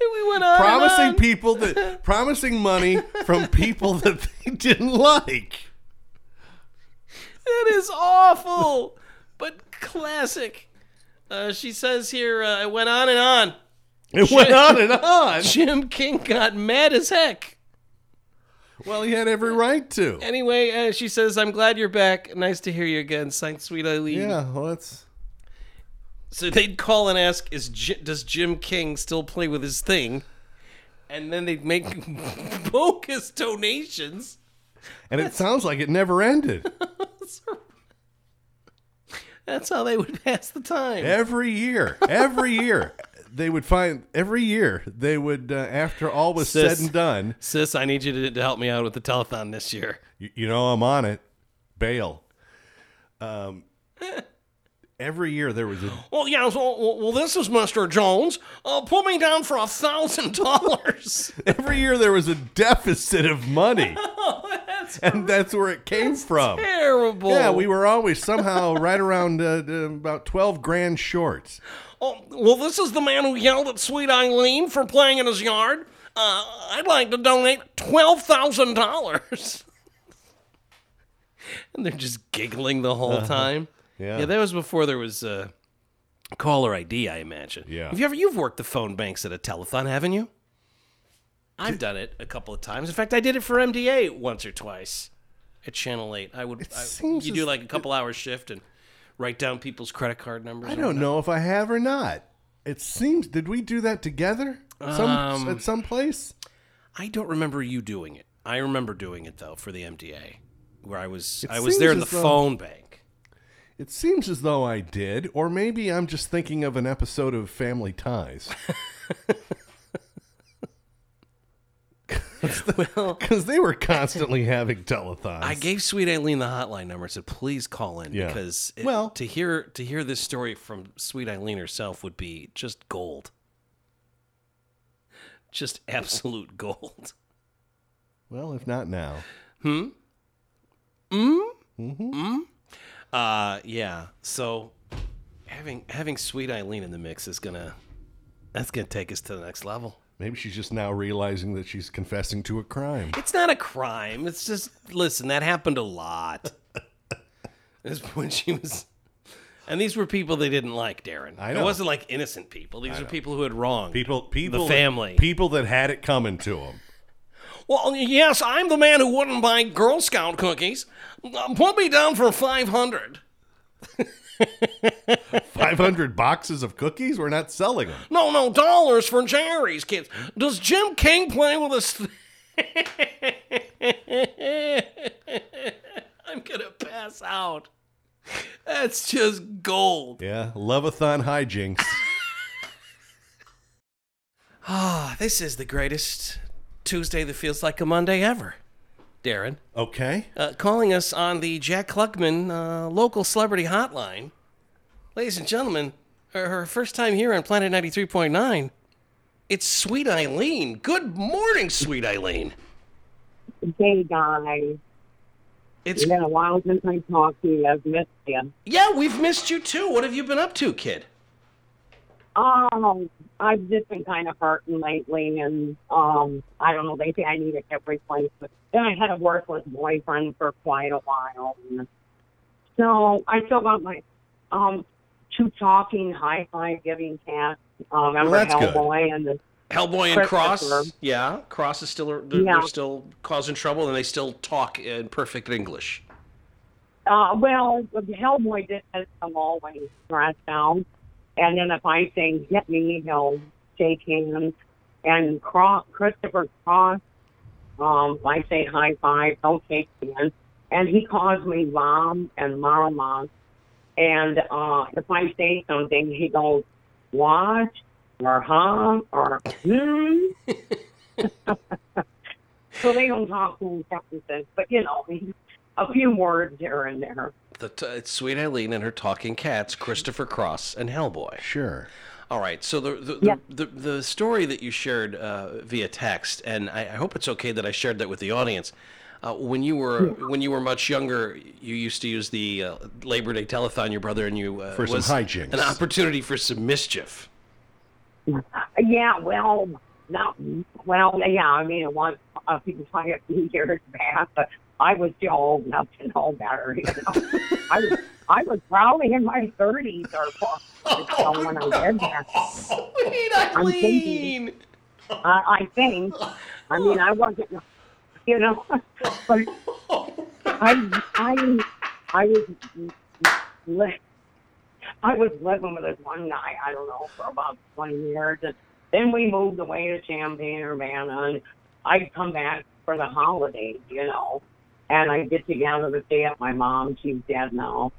S1: And we went on. and on.
S2: Promising people that promising money from people that they didn't like.
S1: That is awful, but classic. Uh, she says here, uh, it went on and on.
S2: It went on and on.
S1: Jim King got mad as heck.
S2: Well, he had every right to.
S1: Anyway, uh, she says, I'm glad you're back. Nice to hear you again. Signed, sweet Eileen.
S2: Yeah, well, that's
S1: So they'd call and ask, is J- does Jim King still play with his thing? And then they'd make bogus donations
S2: And it sounds like it never ended.
S1: That's how they would pass the time.
S2: Every year, every year, they would find, every year, they would, uh, after all was
S1: Sis.
S2: said and done,
S1: Sis, I need you to, to help me out with the telethon this year.
S2: you, you know I'm on it. Bail. Um, every year there was a
S1: Well, yeah. Well, well this is Mister Jones. Uh, put me down for a thousand dollars.
S2: every year there was a deficit of money, and that's where it came from.
S1: Terrible.
S2: Yeah, we were always somehow right around uh, uh, about twelve grand short.
S1: Oh, well, this is the man who yelled at Sweet Eileen for playing in his yard. Uh, I'd like to donate twelve thousand dollars. and they're just giggling the whole time.
S2: Uh-huh. Yeah.
S1: yeah, that was before there was uh, caller ID, I imagine.
S2: Yeah.
S1: have you ever you've worked the phone banks at a telethon, haven't you? I've done it a couple of times. In fact, I did it for MDA once or twice at Channel Eight. I would. I,
S2: seems
S1: you do
S2: as-
S1: like a couple hours shift and write down people's credit card numbers.
S2: I
S1: and
S2: don't know if I have or not. It seems. Did we do that together? Some at some place.
S1: I don't remember you doing it. I remember doing it though for the MDA, where I was
S2: It
S1: I was there in the
S2: seems as though-
S1: phone bank.
S2: It seems as though I did, or maybe I'm just thinking of an episode of Family Ties. Because they were constantly having telethons.
S1: I gave Sweet Eileen the hotline number and said, "Please call in
S2: Yeah.
S1: because it,
S2: Well-
S1: to hear to hear this story from Sweet Eileen herself would be just gold, just absolute gold."
S2: well, if not now,
S1: Uh, yeah. So having having Sweet Eileen in the mix is gonna that's gonna take us to the next level.
S2: maybe she's just now realizing that she's confessing to a crime.
S1: It's not a crime. It's just listen, that happened a lot. This when she was and these were people they didn't like, Darren.
S2: I
S1: It
S2: know.
S1: wasn't like innocent people. These were people who had wronged.
S2: People, people,
S1: the family.
S2: people that had it coming to them.
S1: well, yes, I'm the man who wouldn't buy Girl Scout cookies. Uh, Put me down for five hundred.
S2: Five hundred boxes of cookies. We're not selling them.
S1: No, no dollars for Jerry's kids. Does Jim King play with a? St- I'm gonna pass out. That's just gold.
S2: Yeah, love-a-thon hijinks.
S1: Ah, this is the greatest Tuesday that feels like a Monday ever. Darren,
S2: Okay.
S1: uh, calling us on the Jack Klugman uh, local celebrity hotline. Ladies and gentlemen, her, her first time here on Planet 93.9, it's Sweet Eileen. Good morning, Sweet Eileen.
S6: Hey guys,
S1: It's
S6: it's been a while since I talked to you. I've missed you.
S1: yeah, we've missed you too. What have you been up to, kid?
S6: Um, I've just been kind of hurting lately, and um, I don't know. They say I need a hip replacement. Then I had a worthless boyfriend for quite a while, and so I still got my um two talking, high five giving cats. Um, remember
S2: that's good.
S6: Hellboy and the
S1: Hellboy and Cross.
S6: Christopher.
S1: Yeah, Cross is still they're,
S6: Yeah.
S1: they're still causing trouble, and they still talk in perfect English.
S6: Uh, well, Hellboy did this I'm always stressed out. And then if I say, get me, he'll shake hands. And Cro- Christopher Cross, um, I say high five, he'll shake hands. And he calls me mom and mama. And uh, if I say something, he goes, what? Or huh? Or hmm? so they don't talk in sentences, but you know, a few words here and there.
S1: The t- it's Sweet Eileen and her talking cats, Christopher Cross and Hellboy.
S2: Sure.
S1: All right, so the the,
S6: Yeah.
S1: the, the, the story that you shared uh, via text, and I, I hope it's okay that I shared that with the audience. Uh, when you were when you were much younger, you used to use the uh, Labor Day telethon. Your brother and you uh,
S2: For some
S1: was
S2: hijinks.
S1: an opportunity for some mischief.
S6: Yeah, well, not well. Yeah, I mean, it was a few, quite a few years back, but I was still old enough to know better. You know, I was I was probably in my thirties or so when I did that.
S1: Sweet
S6: I'm thinking. I, I think. I mean, I wasn't. You know, but I I I was li- I was living with this one guy. I don't know for about twenty years, and then we moved away to Champaign, Urbana, and I'd come back for the holidays. You know, and I get together to stay at my mom. She's dead now,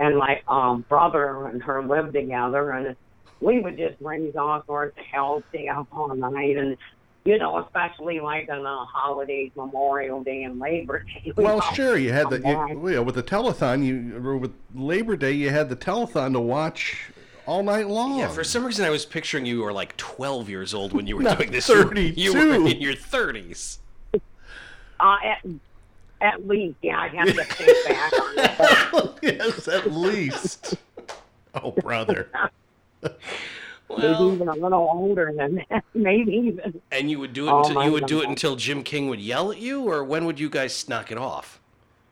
S6: and my um, brother and her lived together, and we would just raise all sorts of hell, stay up all night, and you know, especially like on the holidays, Memorial Day and Labor Day. we
S2: Well,
S6: all
S2: sure, you had the
S6: come back.
S2: you, well, yeah, with the telethon, you or with Labor Day, you had the telethon to watch all night long.
S1: Yeah, for some reason I was picturing you were like 12 years old when you were
S2: Not
S1: doing this. You were- You were
S2: 32.
S1: in your 30s.
S6: Uh, at, at least, yeah, I have to think back on it.
S2: yes, at least. oh, brother.
S6: Maybe even a little older than that. Maybe even.
S1: And you would do it
S6: Oh,
S1: until,
S6: my
S1: you would do it
S6: God.
S1: until Jim King would yell at you or when would you guys knock it off?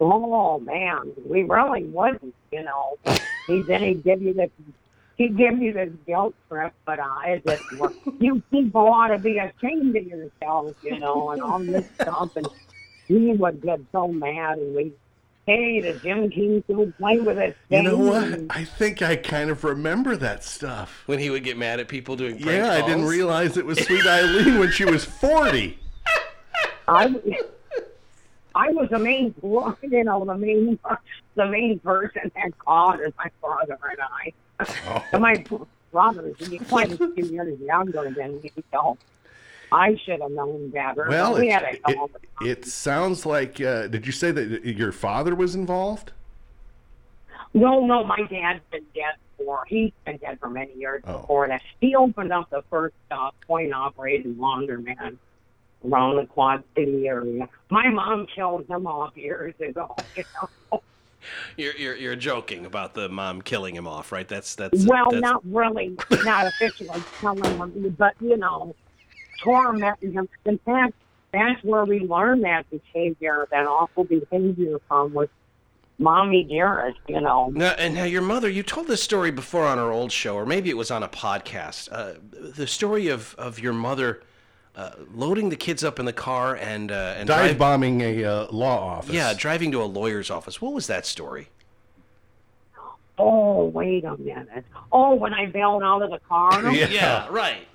S6: Oh man, we really wouldn't, you know. He then he'd give you the he'd give you this guilt trip, but uh, it just worked. you people ought to be ashamed of yourselves, you know, and all this stuff. And he would get so mad, and we, hey, the Jim King still play with us.
S2: You know what? I think I kind of remember that stuff.
S1: When he would get mad at people doing prank
S2: Yeah, I didn't
S1: calls?
S2: realize it was Sweet Eileen when she was 40.
S6: I was- I was the main, you know, the main, the main person that called is my brother and I.
S2: Oh.
S6: And my brother is quite a few years younger than me, so I should have known better.
S2: Well,
S6: we
S2: it,
S6: had a hell
S2: it,
S6: of a time.
S2: it sounds like. Uh, did you say that your father was involved?
S6: No, no, my dad's been dead for he's been dead for many years
S2: Oh.
S6: before that. He opened up the first uh, coin operated laundromat around the Quad City area. My mom killed him off years ago. You know?
S1: You're, you're, you're joking about the mom killing him off, right? That's that's
S6: well,
S1: that's,
S6: not really, not officially telling him, but you know, tormenting him. In fact, that's where we learned that behavior, that awful behavior from was mommy dearest. You know,
S1: Now, and now your mother, you told this story before on our old show, or maybe it was on a podcast. Uh, the story of, of your mother uh, loading the kids up in the car and uh, and
S2: Dive
S1: drive-
S2: bombing a uh, law office.
S1: yeah, driving to a lawyer's office. What was that story?
S6: oh wait a minute, oh when I bailed out of the car,
S2: Yeah.
S1: right.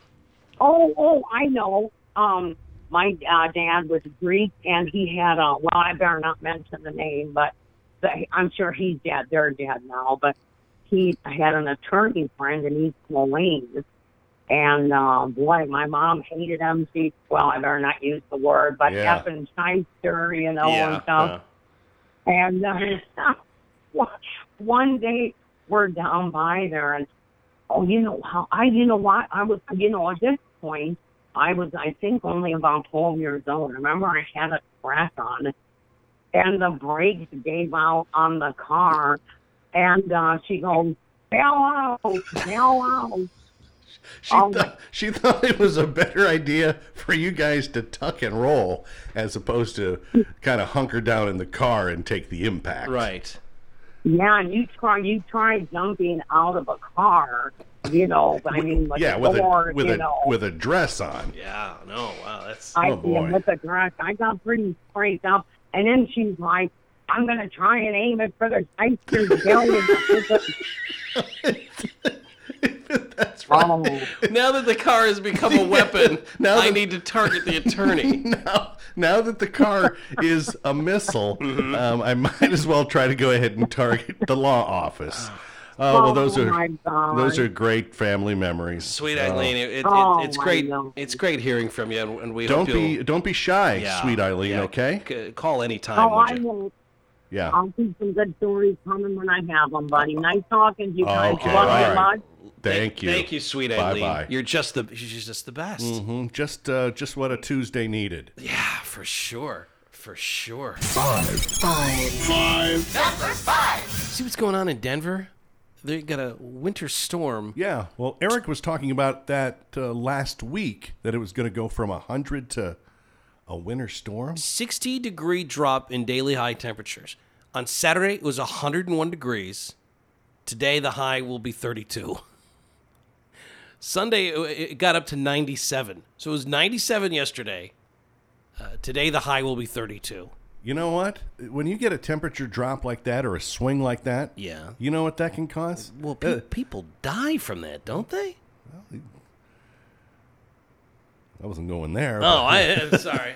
S6: oh oh I know, um. My uh, dad was Greek, and he had a well. I better not mention the name, but they, I'm sure he's dead. They're dead now, but he had an attorney friend in East Moline, and uh, boy, my mom hated him. She, well, I better not use the word, but
S2: Yeah.
S6: effing shyster, you know,
S1: yeah.
S6: and stuff. And uh, one- one day we're down by there, and oh, you know how I, you know what I was, you know, at this point I was, I think, only about twelve years old. Remember, I had a crash on, and the brakes gave out on the car, and uh, she goes, "Bell out, bell out."
S2: She,
S6: Oh,
S2: thought, she thought it was a better idea for you guys to tuck and roll as opposed to kind of hunker down in the car and take the impact.
S1: right.
S6: Yeah, and you try, you try jumping out of a car, you know. I mean, like
S2: yeah,
S6: a
S2: with
S6: door,
S2: a with
S6: you
S2: a
S6: know.
S2: with a dress on.
S1: Yeah. No. Wow. That's
S6: I
S2: Oh,
S6: see him
S2: boy.
S6: with the dress. I got pretty straight up. And then she's like, I'm going to try and aim it for the ice cream building.
S2: That's right.
S6: oh,
S1: now that the car has become a weapon.
S2: Now
S1: I
S2: that-
S1: need to target the attorney.
S2: Now, now that the car is a missile,
S1: Mm-hmm.
S2: um, I might as well try to go ahead and target the law office. Oh, well, those
S6: Oh,
S2: are
S6: my God.
S2: those are great family memories.
S1: Sweet Eileen, it, it,
S6: Oh,
S1: it's
S6: my
S1: great.
S6: God.
S1: It's great hearing from you, and, and we
S2: Don't
S1: hope you'll-
S2: be don't be shy,
S1: Yeah,
S2: sweet Eileen.
S1: yeah,
S2: Okay,
S1: c- call anytime.
S6: oh
S1: would
S6: I
S1: you?
S6: will.
S2: yeah.
S6: I'll keep some good stories coming when I have them, buddy. Nice talking to you
S2: Oh,
S6: guys.
S2: Okay,
S6: Love
S2: all
S6: you
S2: right.
S6: much.
S2: Thank you.
S1: Thank you, sweet
S2: Bye-bye.
S1: Eileen. You're just the she's just the best.
S2: hmm Just uh, just what a Tuesday needed.
S1: Yeah, for sure. For sure. See what's going on in Denver? They got a winter storm.
S2: Yeah. Well, Eric was talking about that uh, last week that it was going to go from a hundred to a winter storm.
S1: 60 degree drop in daily high temperatures. On Saturday, it was 101 degrees. Today, the high will be 32. Sunday, it it got up to 97. So it was 97 yesterday. Uh, today, the high will be 32.
S2: You know what? When you get a temperature drop like that or a swing like that,
S1: Yeah.
S2: You know what that can cause?
S1: Well,
S2: Uh,
S1: pe- people die from that, don't they?
S2: I wasn't going there.
S1: Oh,
S2: but-
S1: I, I'm sorry.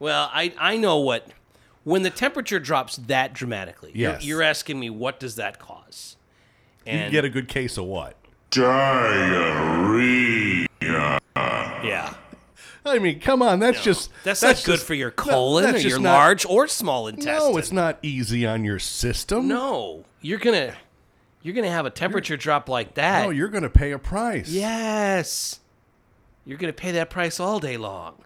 S1: Well, I I know what when the temperature drops that dramatically, you're-
S2: Yes.
S1: you're, asking me what does that cause?
S2: You
S1: And
S2: get a good case of what?
S1: yeah,
S2: I mean, come on, that's just
S1: that's, not good
S2: just-
S1: for your
S2: no,
S1: colon
S2: that's
S1: or
S2: just
S1: your
S2: not-
S1: large or small intestine.
S2: No, it's not easy on your system.
S1: No, you're gonna you're gonna have a temperature drop like that.
S2: no, you're going to pay a price.
S1: yes, you're gonna pay that price all day long.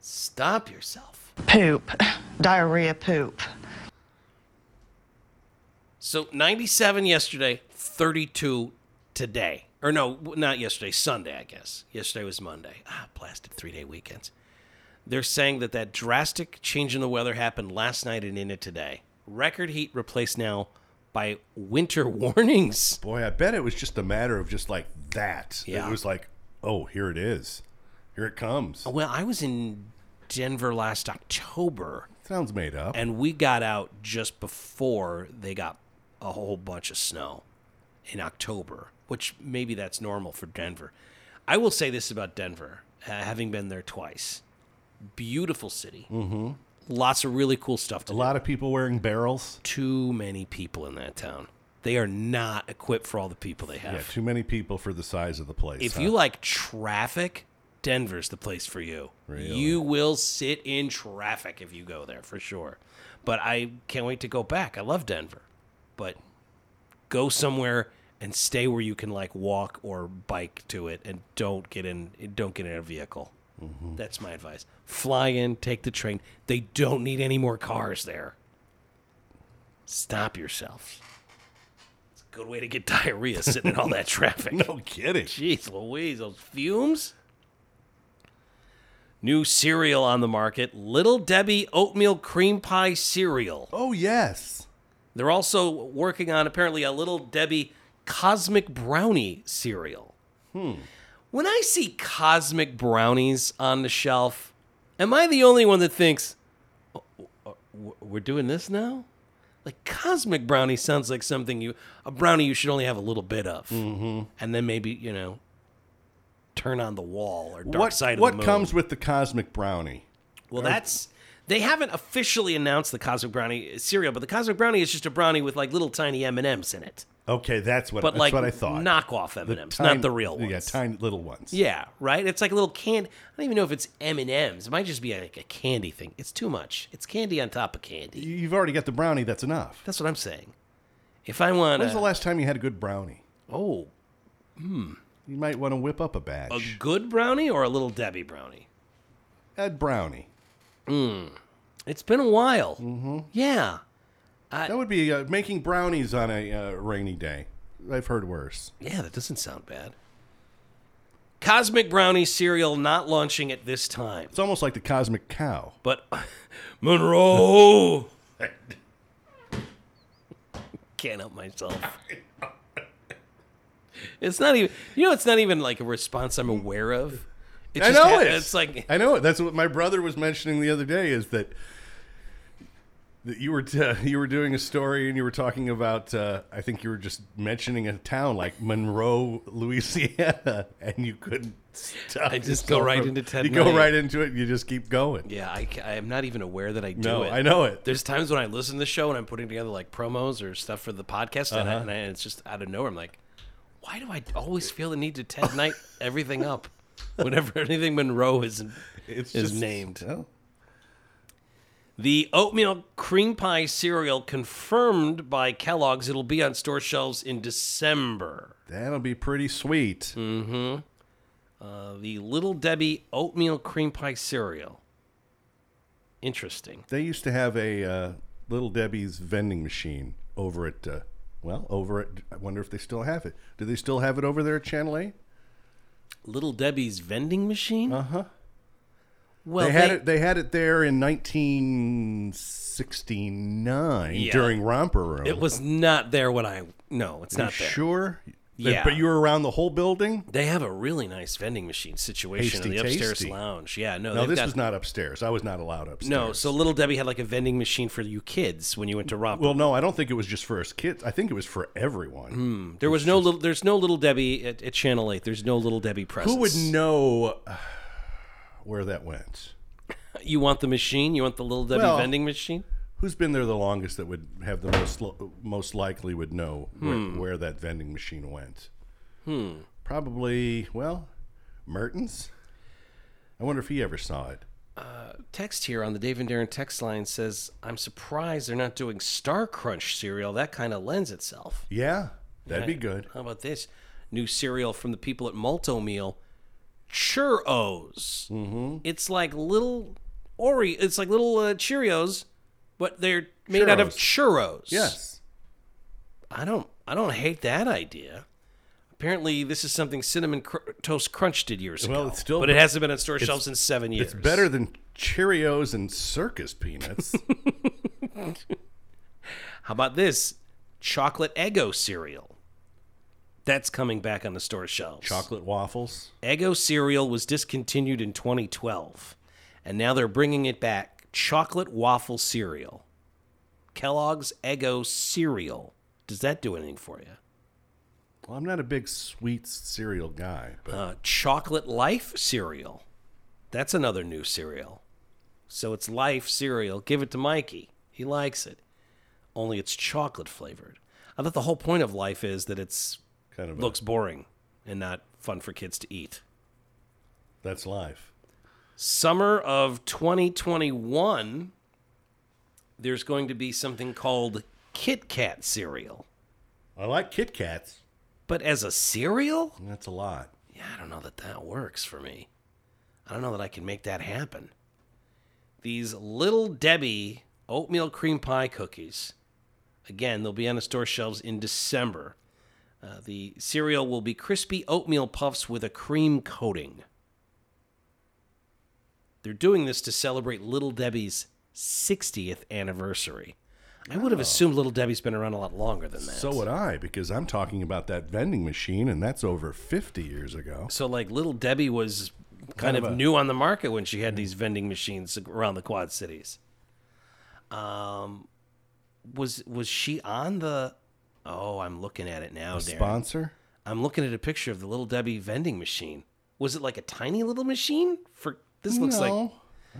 S1: Stop yourself.
S7: Poop. Diarrhea poop.
S1: So 97 yesterday, 32 today. Or no, w- not yesterday, Sunday, I guess. Yesterday was Monday. Ah, blasted three day weekends. They're saying that that drastic change in the weather happened last night and into today. Record heat replaced now by winter warnings.
S2: Boy, I bet it was just a matter of just like that.
S1: Yeah.
S2: It was like, oh, here it is. Here it comes.
S1: Well, I was in Denver last October
S2: Sounds made up.
S1: and we got out just before they got a whole bunch of snow in October, which maybe that's normal for Denver. I will say this about Denver, uh, having been there twice. Beautiful city. Mm-hmm. Lots of really cool stuff to
S2: a
S1: do.
S2: lot of people wearing barrels.
S1: Too many people in that town. They are not equipped for all the people they have.
S2: Yeah, too many people for the size of the place.
S1: If
S2: huh?
S1: you like traffic, Denver's the place for you.
S2: Really?
S1: You will sit in traffic if you go there for sure. But I can't wait to go back. I love Denver. But go somewhere and stay where you can like walk or bike to it and don't get in don't get in a vehicle. That's my advice. Fly in, take the train. They don't need any more cars there. Stop yourself. It's a good way to get diarrhea sitting in all that traffic.
S2: no kidding.
S1: Jeez Louise, those fumes. New cereal on the market, Little Debbie Oatmeal Cream Pie Cereal.
S2: Oh yes.
S1: They're also working on apparently a Little Debbie Cosmic Brownie cereal. Hmm. When I see cosmic brownies on the shelf, am I the only one that thinks "Oh, oh, oh, we're doing this now? Like cosmic brownie sounds like something you a brownie you should only have a little bit of, mm-hmm. and then maybe you know turn on the wall or dark
S2: what
S1: side of
S2: what
S1: the moon.
S2: comes with the cosmic brownie?
S1: Well, that's they haven't officially announced the cosmic brownie cereal, but the cosmic brownie is just a brownie with like little tiny M and M's in it,
S2: Okay, that's what
S1: but
S2: that's
S1: like
S2: what I thought.
S1: knockoff M and M's,
S2: tiny-
S1: not the real ones.
S2: Yeah, tiny little ones.
S1: Yeah, right. It's like a little candy. I don't even know if it's M and M's. It might just be like a candy thing. It's too much. It's candy on top of candy.
S2: You- You've already got the brownie. That's enough.
S1: That's what I'm saying. If I want,
S2: When's
S1: a,
S2: the last time you had a good brownie?
S1: oh,
S2: You might want to whip up a
S1: a
S2: batch.
S1: good brownie or a little Debbie brownie.
S2: Ed brownie.
S1: It's been a while. Mm-hmm. Yeah,
S2: That would be uh, making brownies on a uh, rainy day. I've heard worse.
S1: Yeah, that doesn't sound bad. Cosmic Brownie cereal not launching at this time,
S2: It's almost like the cosmic cow.
S1: but Monroe. Can't help myself. It's not even. You know, it's not even like a response I'm aware of. It
S2: I
S1: just
S2: know
S1: ha-
S2: it.
S1: It's like
S2: I know it. That's what my brother was mentioning the other day. Is that that you were t- you were doing a story and you were talking about? Uh, I think you were just mentioning a town like Monroe, Louisiana, and you couldn't. Stop
S1: I just go
S2: yourself
S1: right
S2: from-
S1: into Ted
S2: You go
S1: Knight.
S2: right into it. You just keep going.
S1: Yeah, I, ca- I am not even aware that I do
S2: No,
S1: it.
S2: I know it.
S1: There's times when I listen to the show and I'm putting together like promos or stuff for the podcast, and, I,
S2: Uh-huh.
S1: and, I, and it's just out of nowhere. I'm like, why do I always feel the need to Ted Knight everything up whenever anything Monroe is
S2: It's
S1: is
S2: just,
S1: named?
S2: well,
S1: The oatmeal cream pie cereal confirmed by Kellogg's. It'll be on store shelves in December.
S2: that'll be pretty sweet.
S1: Mm. Uh, the Little Debbie oatmeal cream pie cereal. Interesting.
S2: They used to have a uh, Little Debbie's vending machine over at, uh, well, over at, I wonder if they still have it. Do they still have it over there at Channel 8?
S1: Little Debbie's vending machine. Uh huh. Well,
S2: Uh-huh. they had it. They had it there in 1969
S1: Yeah.
S2: during Romper Room.
S1: It was not there when I. No, it's
S2: You
S1: not there.
S2: sure.
S1: Yeah.
S2: but you were around the whole building.
S1: They have a really nice vending machine situation in
S2: Hasty
S1: the upstairs
S2: Tasty.
S1: lounge. Yeah, no,
S2: No,
S1: they've
S2: this
S1: got,
S2: was not upstairs. I was not allowed upstairs.
S1: No, so little Debbie had like a vending machine for you kids when you went to romper.
S2: well, no, I don't think it was just for us kids. I think it was for everyone.
S1: there was no little. There's no little Debbie at, at Channel Eight. There's no little Debbie presence.
S2: Who would know uh, where that went?
S1: You want the machine? You want the little Debbie
S2: Well-
S1: vending machine?
S2: Who's been there the longest that would have the most lo- most likely would know where, where that vending machine went? Hmm. Probably, well, Mertens. I wonder if he ever saw it.
S1: Text here on the Dave and Darren text line says, "I'm surprised they're not doing Star Crunch cereal. That kind of lends itself."
S2: Yeah, that'd be good.
S1: How about this new cereal from the people at Malto Meal? Churros. Mm-hmm. It's like little Oreo. It's like little uh, Cheerios, but they're made out of churros.
S2: Yes.
S1: I don't. I don't hate that idea. Apparently, this is something Cinnamon Cr- Toast Crunch did years ago.
S2: Well, it's still-
S1: but it hasn't been on store
S2: it's-
S1: shelves in seven years.
S2: It's better than Cheerios and circus peanuts.
S1: How about this chocolate Eggo cereal? That's coming back on the store shelves.
S2: Chocolate waffles.
S1: Eggo cereal was discontinued in 2012, and now they're bringing it back. Chocolate waffle cereal. Kellogg's Eggo cereal. Does that do anything for you?
S2: Well, I'm not a big sweet cereal guy, but
S1: Uh, chocolate Life cereal. That's another new cereal. So it's Life cereal. Give it to Mikey. He likes it. Only it's chocolate flavored. I thought the whole point of Life is that it's
S2: kind of a-
S1: looks boring and not fun for kids to eat.
S2: that's life.
S1: Summer of 2021, there's going to be something called Kit Kat cereal.
S2: I like Kit Kats.
S1: But as a cereal?
S2: That's a lot.
S1: Yeah, I don't know that that works for me. I don't know that I can make that happen. These Little Debbie oatmeal cream pie cookies. Again, they'll be on the store shelves in December. Uh, the cereal will be crispy oatmeal puffs with a cream coating. They're doing this to celebrate Little Debbie's 60th anniversary. I would have assumed Little Debbie's been around a lot longer than that.
S2: So would I, because I'm talking about that vending machine, and that's over 50 years ago.
S1: So like little Debbie was kind of
S2: a-
S1: new on the market when she had these vending machines around the Quad Cities. Um was was she on the Oh, I'm looking at it now, Darren.
S2: Sponsor?
S1: I'm looking at a picture of the little Debbie vending machine. Was it like a tiny little machine? For this looks
S2: no,
S1: like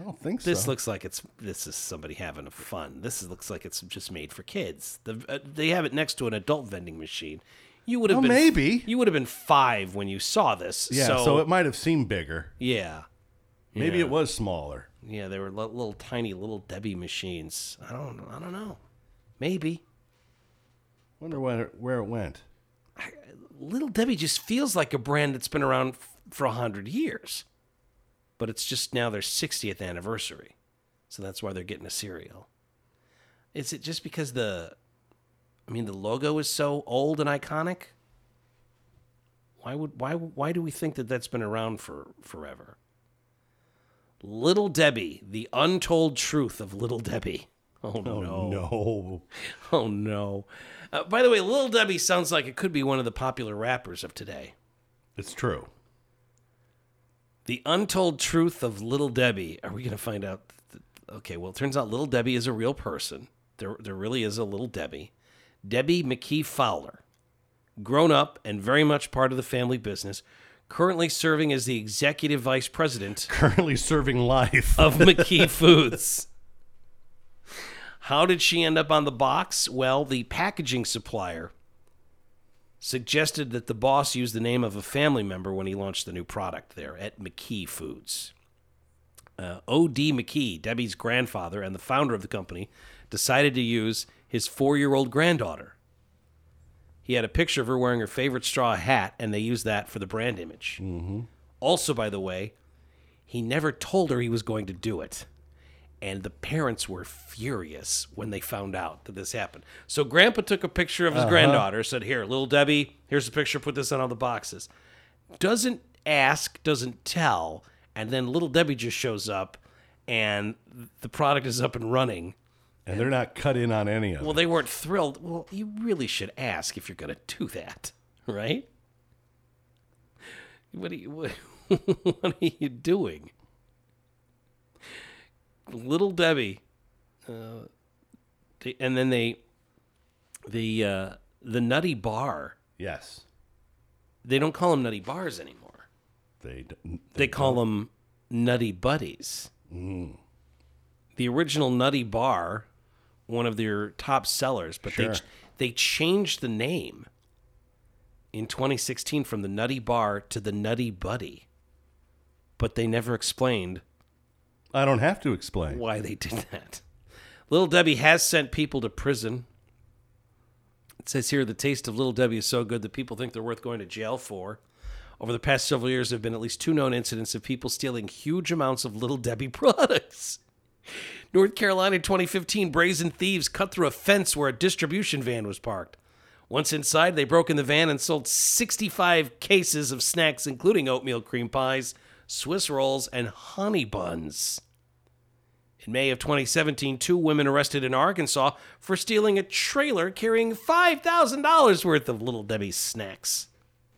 S2: I don't think so.
S1: this looks like it's this is somebody having fun. This is, looks like it's just made for kids. The, uh, they have it next to an adult vending machine. You would have
S2: Oh,
S1: been
S2: maybe.
S1: you would have been five when you saw this.
S2: Yeah, so, it might have seemed bigger.
S1: Yeah.
S2: Maybe
S1: Yeah.
S2: it was smaller.
S1: Yeah, they were li- little tiny little Debbie machines. I don't I don't know. Maybe.
S2: Wonder where where it went.
S1: Little Debbie just feels like a brand that's been around f- for 100 years. But it's just now their 60th anniversary. So that's why they're getting a cereal. Is it just because the I mean the logo is so old and iconic? Why would why why do we think that that's been around for forever? Little Debbie, the untold truth of Little Debbie. Oh, no.
S2: no.
S1: Oh no! Uh, by the way, Little Debbie sounds like it could be one of the popular rappers of today.
S2: It's true.
S1: The untold truth of Little Debbie. Are we going to find out? th- okay, well, it turns out Little Debbie is a real person. There, there really is a Little Debbie. Debbie McKee Fowler, grown up and very much part of the family business, currently serving as the executive vice president
S2: Currently serving life.
S1: of McKee Foods. How did she end up on the box? Well, the packaging supplier suggested that the boss use the name of a family member when he launched the new product there at McKee Foods. Uh, O.D. McKee, Debbie's grandfather and the founder of the company, decided to use his four year old granddaughter. He had a picture of her wearing her favorite straw hat, and they used that for the brand image. Mm-hmm. Also, by the way, he never told her he was going to do it. And the parents were furious when they found out that this happened. So grandpa took a picture of his granddaughter, said, Here, little Debbie, here's a picture, put this on all the boxes. Doesn't ask, doesn't tell. And then little Debbie just shows up and the product is up and running.
S2: and they're not cut in on any of
S1: Well,
S2: it.
S1: they weren't thrilled. Well, you really should ask if you're going to do that, right? What are you what, what are you doing? Little Debbie, uh, they- and then they the uh, the Nutty Bar.
S2: Yes.
S1: They don't call them Nutty Bars anymore.
S2: They, d-
S1: They call them Nutty Buddies. the original Nutty Bar, one of their top sellers, but they
S2: Sure.
S1: ch- they changed the name in 2016 from the Nutty Bar to the Nutty Buddy. But they never explained
S2: I don't have to explain.
S1: why they did that. Little Debbie has sent people to prison. It says here the taste of Little Debbie is so good that people think they're worth going to jail for. Over the past several years, there have been at least two known incidents of people stealing huge amounts of Little Debbie products. North Carolina in 2015, brazen thieves cut through a fence where a distribution van was parked. Once inside, they broke in the van and sold 65 cases of snacks, including oatmeal cream pies, Swiss rolls, and honey buns. In May of 2017, two women arrested in Arkansas for stealing a trailer carrying $5,000 worth of Little Debbie's snacks.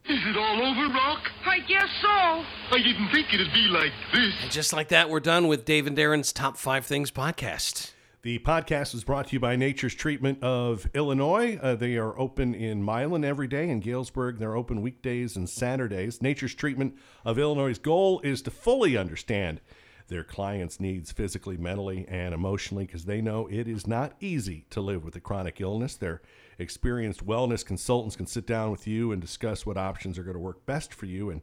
S8: Is it all over, Rock? I guess so. I didn't think it'd be like this.
S1: And just like that, we're done with Dave and Darren's Top 5 Things podcast.
S2: The podcast is brought to you by Nature's Treatment of Illinois. Uh, they are open in Milan every day in Galesburg. They're open weekdays and Saturdays. Nature's Treatment of Illinois' goal is to fully understand their clients' needs physically, mentally, and emotionally because they know it is not easy to live with a chronic illness. Their experienced wellness consultants can sit down with you and discuss what options are going to work best for you and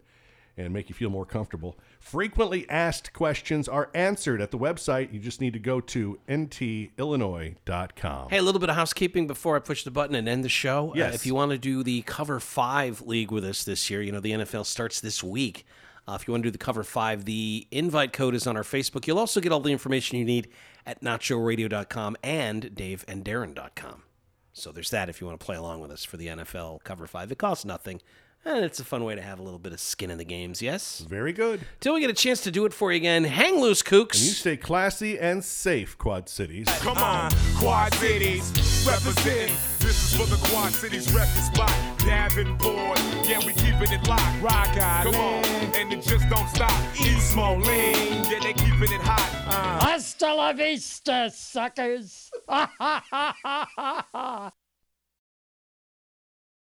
S2: and make you feel more comfortable. Frequently asked questions are answered at the website. You just need to go to ntillinois.com.
S1: Hey, a little bit of housekeeping before I push the button and end the show. Uh,
S2: Yes.
S1: if you want to do the Cover 5 League with us this year, you know, the NFL starts this week. Uh, if you want to do the Cover 5, the invite code is on our Facebook. You'll also get all the information you need at nachoradio.com and daveanddarren.com. So there's that if you want to play along with us for the NFL Cover 5. It costs nothing, and it's a fun way to have a little bit of skin in the games, yes?
S2: Very good.
S1: Till we get a chance to do it for you again, hang loose, kooks.
S2: You stay classy and safe, Quad Cities.
S9: Come on, Quad Cities, representing. This is for the Quad Cities record spot. Davenport, yeah, we keeping it locked. Rock Island, come on, and it just don't stop. East Moline, yeah, they keeping it hot. Uh.
S10: Hasta la vista, suckers.